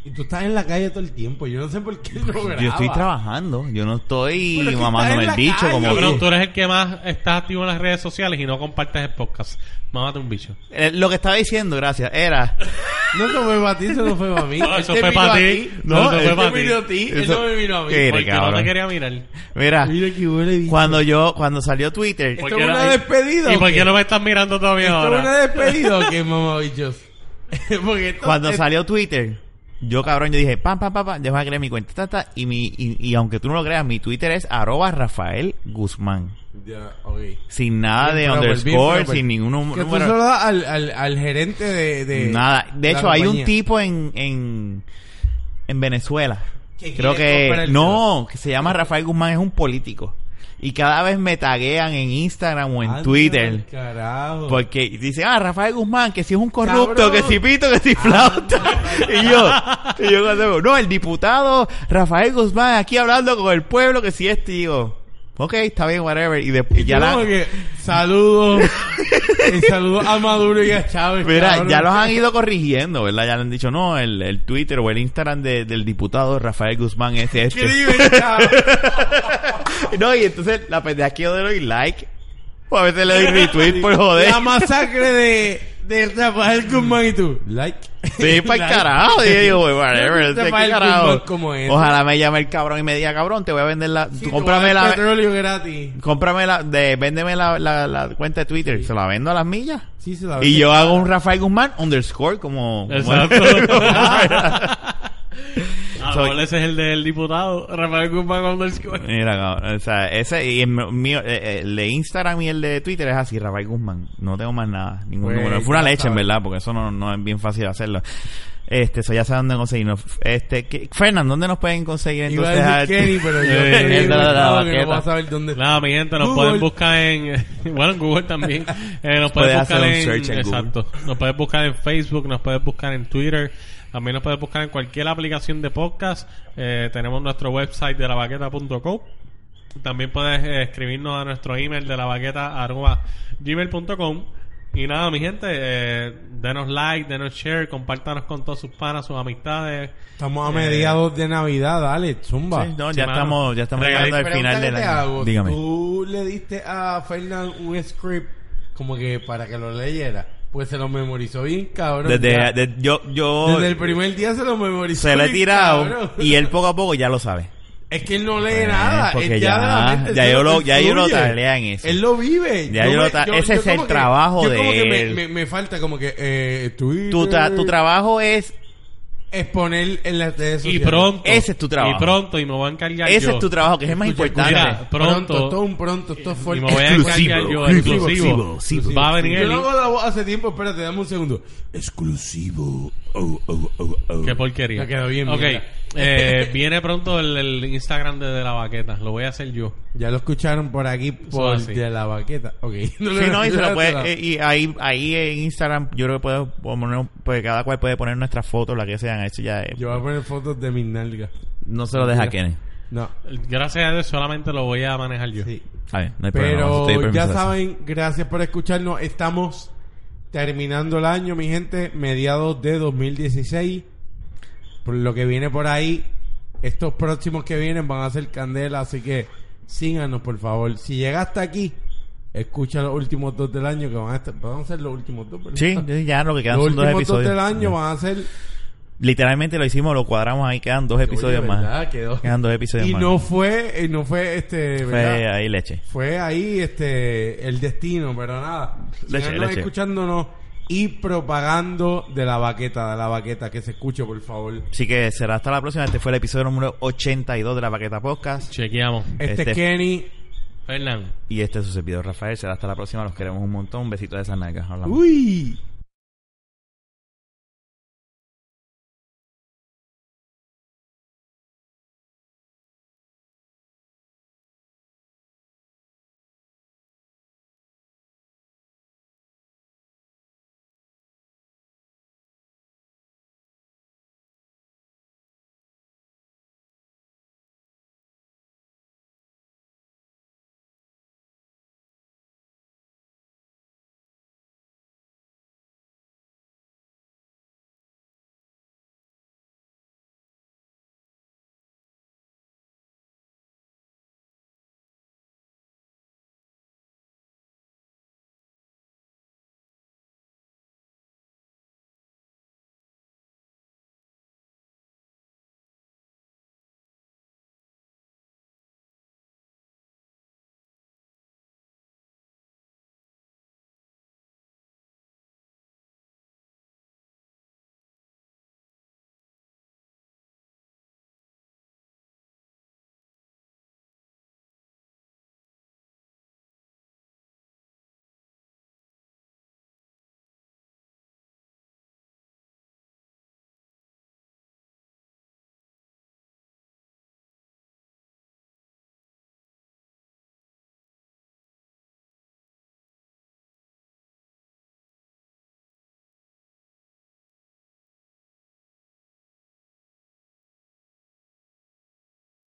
S3: Y tú estás en la calle todo el tiempo. Yo no sé por qué no
S1: yo
S3: grabas.
S1: estoy trabajando, yo no estoy
S3: Pero es que
S1: mamándome el
S3: estás en la
S1: bicho
S3: calle.
S1: como...
S2: Cabrón,
S3: Sí.
S2: tú eres el que más estás activo en las redes sociales y no compartes el podcast. Mámate un bicho.
S1: Eh, Lo que estaba diciendo, gracias, era...
S3: No, eso fue para ti, eso no fue para
S2: [laughs]
S3: mí.
S2: No, eso
S3: Él te
S2: fue
S3: miró
S2: para
S3: a
S2: ti. No,
S3: No,
S2: eso
S3: él
S2: fue
S3: te
S2: para ti.
S3: miró a ti. Él
S1: Eso-
S3: no me miró a mí.
S1: Mire,
S2: Porque no
S1: cabrón.
S2: te quería mirar.
S3: [laughs]
S1: Mira,
S3: Mira que huele bicho.
S1: cuando yo, cuando salió Twitter,
S3: Esto
S2: porque
S3: es una
S2: no-
S3: despedida.
S2: ¿Y
S3: ¿o
S2: por
S3: qué?
S2: qué no me estás mirando todavía
S3: ¿Esto
S2: ahora?
S3: es una
S2: [laughs]
S3: despedida o qué, mamabichos? Porque esto-
S1: cuando
S3: esto-
S1: salió Twitter, yo cabrón, yo dije, pam, pam, pam, pam, déjame crear mi cuenta, ta, ta, y, mi, y, y aunque tú no lo creas, mi Twitter es arroba Rafael Guzmán.
S3: Ya, ok.
S1: Sin nada Ah, de
S3: Bien, Robert,
S1: underscore,
S3: bien, Robert.
S1: sin ningún
S3: Que tú
S1: número.
S3: solo das al, al, al gerente de, de
S1: Nada. De
S3: la
S1: hecho, hay un
S3: compañía.
S1: tipo en, en, en Venezuela.
S3: Que
S1: Creo
S3: quiere
S1: que...
S3: comprar el
S1: No, que se llama Rafael Guzmán, es un político. Y cada vez me taguean en Instagram o en
S3: Anda,
S1: Twitter.
S3: Carajo.
S1: Porque dicen, ah, Rafael Guzmán, que si es un corrupto,
S3: Cabrón.
S1: que si pito, que si
S3: [laughs]
S1: flauta. y yo, y yo cuando digo, no, el diputado Rafael Guzmán aquí hablando con el pueblo, que si es tío. Ok, está bien, whatever. Y, después
S3: Y
S1: ya
S3: tú
S1: la...
S3: como que, saludos. y saludos a Maduro y a Chávez.
S1: Mira,
S3: cabrón.
S1: ya los han ido corrigiendo, ¿verdad? Ya le han dicho, no, el, el Twitter o el Instagram de- del diputado Rafael Guzmán es
S3: [laughs]
S1: este.
S3: Escriben, cabrón.
S1: [laughs] no, y entonces la pendeja que yo le doy like, o a veces le
S3: [laughs]
S1: doy retweet por joder.
S3: La masacre de, de Rafael Guzmán y tú. Like. [laughs]
S1: Sí, para el carajo. Y yo digo, "Well, whatever,
S3: Rafael
S1: sé qué
S3: Guzmán
S1: carajo.
S3: como es.
S1: Ojalá me llame el cabrón y me diga, cabrón, te voy a vender la,
S3: Sí,
S1: tú
S3: te
S1: cómprame
S3: voy a dar
S1: la,
S3: Petróleo gratis.
S1: cómprame la, de, véndeme la, la, la cuenta de Twitter. Se la vendo a las millas.
S3: Sí, se la
S1: Y yo hago un Rafael Guzmán underscore como... como-
S2: Exacto. [laughs]
S3: [laughs]
S1: [laughs]
S2: A lo
S1: Soy-
S2: mejor ese es el del diputado, Rafael Guzmán underscore.
S1: Mira, cabrón, o sea, ese y el mío, eh, eh, el de Instagram y el de Twitter es así, Rafael Guzmán. No tengo más nada, ningún
S3: Pues,
S1: número. Fue una
S3: ya
S1: leche, en
S3: sabes.
S1: verdad, porque eso no, no es bien fácil de hacerlo. Este, eso ya sé dónde conseguirnos. Este, ¿qué- Fernan, ¿dónde nos pueden conseguir
S3: Iba
S1: entonces?
S3: a
S1: al-
S3: decir Kenny,
S1: [laughs]
S3: pero yo
S2: Eh,
S3: estoy
S1: eh,
S3: en
S1: la- la-
S3: un
S1: la
S3: estado que no
S1: baqueta.
S3: vas a saber dónde
S2: Nada, mi gente, nos
S3: Google.
S2: pueden buscar en. [laughs] Bueno, en Google
S3: [laughs]
S2: también. Eh, nos pueden
S1: Puedes
S2: buscar
S1: hacer un
S2: en.
S1: search en Google.
S2: exacto. Nos puedes buscar en Facebook, nos puedes buscar en Twitter. También nos puedes buscar en cualquier aplicación de podcast. Eh, tenemos nuestro website de lavaqueta.co. También puedes eh, escribirnos a nuestro email de lavaqueta.gmail.com. Y nada, mi gente, eh, denos like, denos share, compártanos con todos sus panas, sus amistades.
S3: Estamos a mediados de Navidad, dale, zumba.
S1: Eh. Sí, no,
S2: Sí,
S1: ya
S2: mano.
S1: estamos, ya estamos
S2: Regaliz-
S1: llegando al
S3: Pregunta
S1: final
S3: que
S1: del
S3: te
S1: año.
S3: hago,
S1: Dígame.
S3: Tú le diste a Fernán un script como que para que lo leyera. Pues se lo memorizó bien, cabrón.
S1: Desde,
S3: Ya.
S1: de- yo, yo
S3: Desde el primer día se lo memorizó.
S1: se lo
S3: [laughs]
S1: he
S3: bien,
S1: tirado
S3: cabrón.
S1: y él poco a poco ya lo sabe.
S3: Es que él no lee
S1: Eh,
S3: nada.
S1: porque
S3: él ya,
S1: ya-
S3: de la mente
S1: ya
S3: se
S1: yo lo- ya yo lo
S3: construye.
S1: talea en eso.
S3: Él lo vive.
S1: Ya yo lo ta- ese es el
S3: como
S1: trabajo
S3: yo como
S1: de
S3: que me-
S1: él.
S3: Me, me falta como que eh,
S1: Tu,
S3: Twitter.
S1: tra- tu trabajo es
S3: exponer en las redes
S2: Y
S3: sociales.
S2: pronto.
S1: Ese es tu trabajo.
S2: Y pronto, y me voy a encargar
S1: Ese
S2: yo.
S1: es tu trabajo, que es el más
S3: Escucha,
S1: importante.
S2: mira,
S3: Pronto,
S2: Pronto.
S3: todo un pronto, esto es
S2: Y
S3: fuerte.
S2: me voy a
S1: Exclusivo,
S2: encargar yo.
S1: exclusivo,
S2: Exclusivo.
S1: exclusivo,
S2: Va a venir
S3: Yo
S2: el
S3: no hago la voz hace tiempo, espérate, dame un segundo. Exclusivo. Oh, oh, oh, oh.
S2: Qué porquería.
S3: Me quedó bien,
S2: Ok.
S3: mierda.
S2: eh, [laughs] viene pronto el, el Instagram de, De la baqueta. Lo voy a hacer yo.
S3: Ya lo escucharon por aquí por
S2: así.
S3: de la baqueta. Ok. [laughs]
S1: Sí, no, y, se lo puede-
S3: la-
S1: eh, y ahí, ahí en Instagram yo creo que puedo poner, pues cada cual puede poner nuestras fotos, las que sean. Eso ya eh. es-
S3: Yo voy a poner fotos de mis nalgas.
S1: no se lo deja a
S3: Mira.
S1: Kenneth.
S3: No.
S2: Gracias a Dios solamente lo voy a manejar yo.
S3: Sí.
S1: Está bien, no hay problema.
S3: Pero
S1: te doy permiso
S3: ya
S1: de eso.
S3: saben, gracias por escucharnos. Estamos terminando el año, mi gente, mediados de 2016. Por lo que viene por ahí, estos próximos que vienen van a ser candela, así que síganos, por favor. Si llegaste aquí, escucha los últimos dos del año, que van a, estar- van a ser los últimos dos, ¿verdad?
S1: Sí, sí, ya lo que quedan
S3: los
S1: son dos
S3: últimos dos
S1: episodios.
S3: del año van a ser...
S1: Literalmente lo hicimos, lo cuadramos ahí, quedan dos episodios
S3: Oye,
S1: Este
S3: ¿verdad?
S1: más.
S3: Quedó.
S1: Quedan dos episodios
S3: Y
S1: más.
S3: no fue, y no fue este... ¿verdad?
S1: Fue ahí leche.
S3: Fue ahí este el destino, pero nada.
S1: Leche,
S3: Síganos
S1: leche.
S3: escuchándonos y propagando de la baqueta, de la baqueta, que se escuche, por favor.
S1: Así que será hasta la próxima. Este fue el episodio número 82 de la Paqueta Podcast.
S2: Chequeamos.
S3: Este,
S1: Este-
S3: es Kenny.
S2: Fernán.
S1: Y este es su servidor Rafael. Será hasta la próxima. Los queremos un montón. Besitos de esas nalgas. Hablamos.
S3: Uy.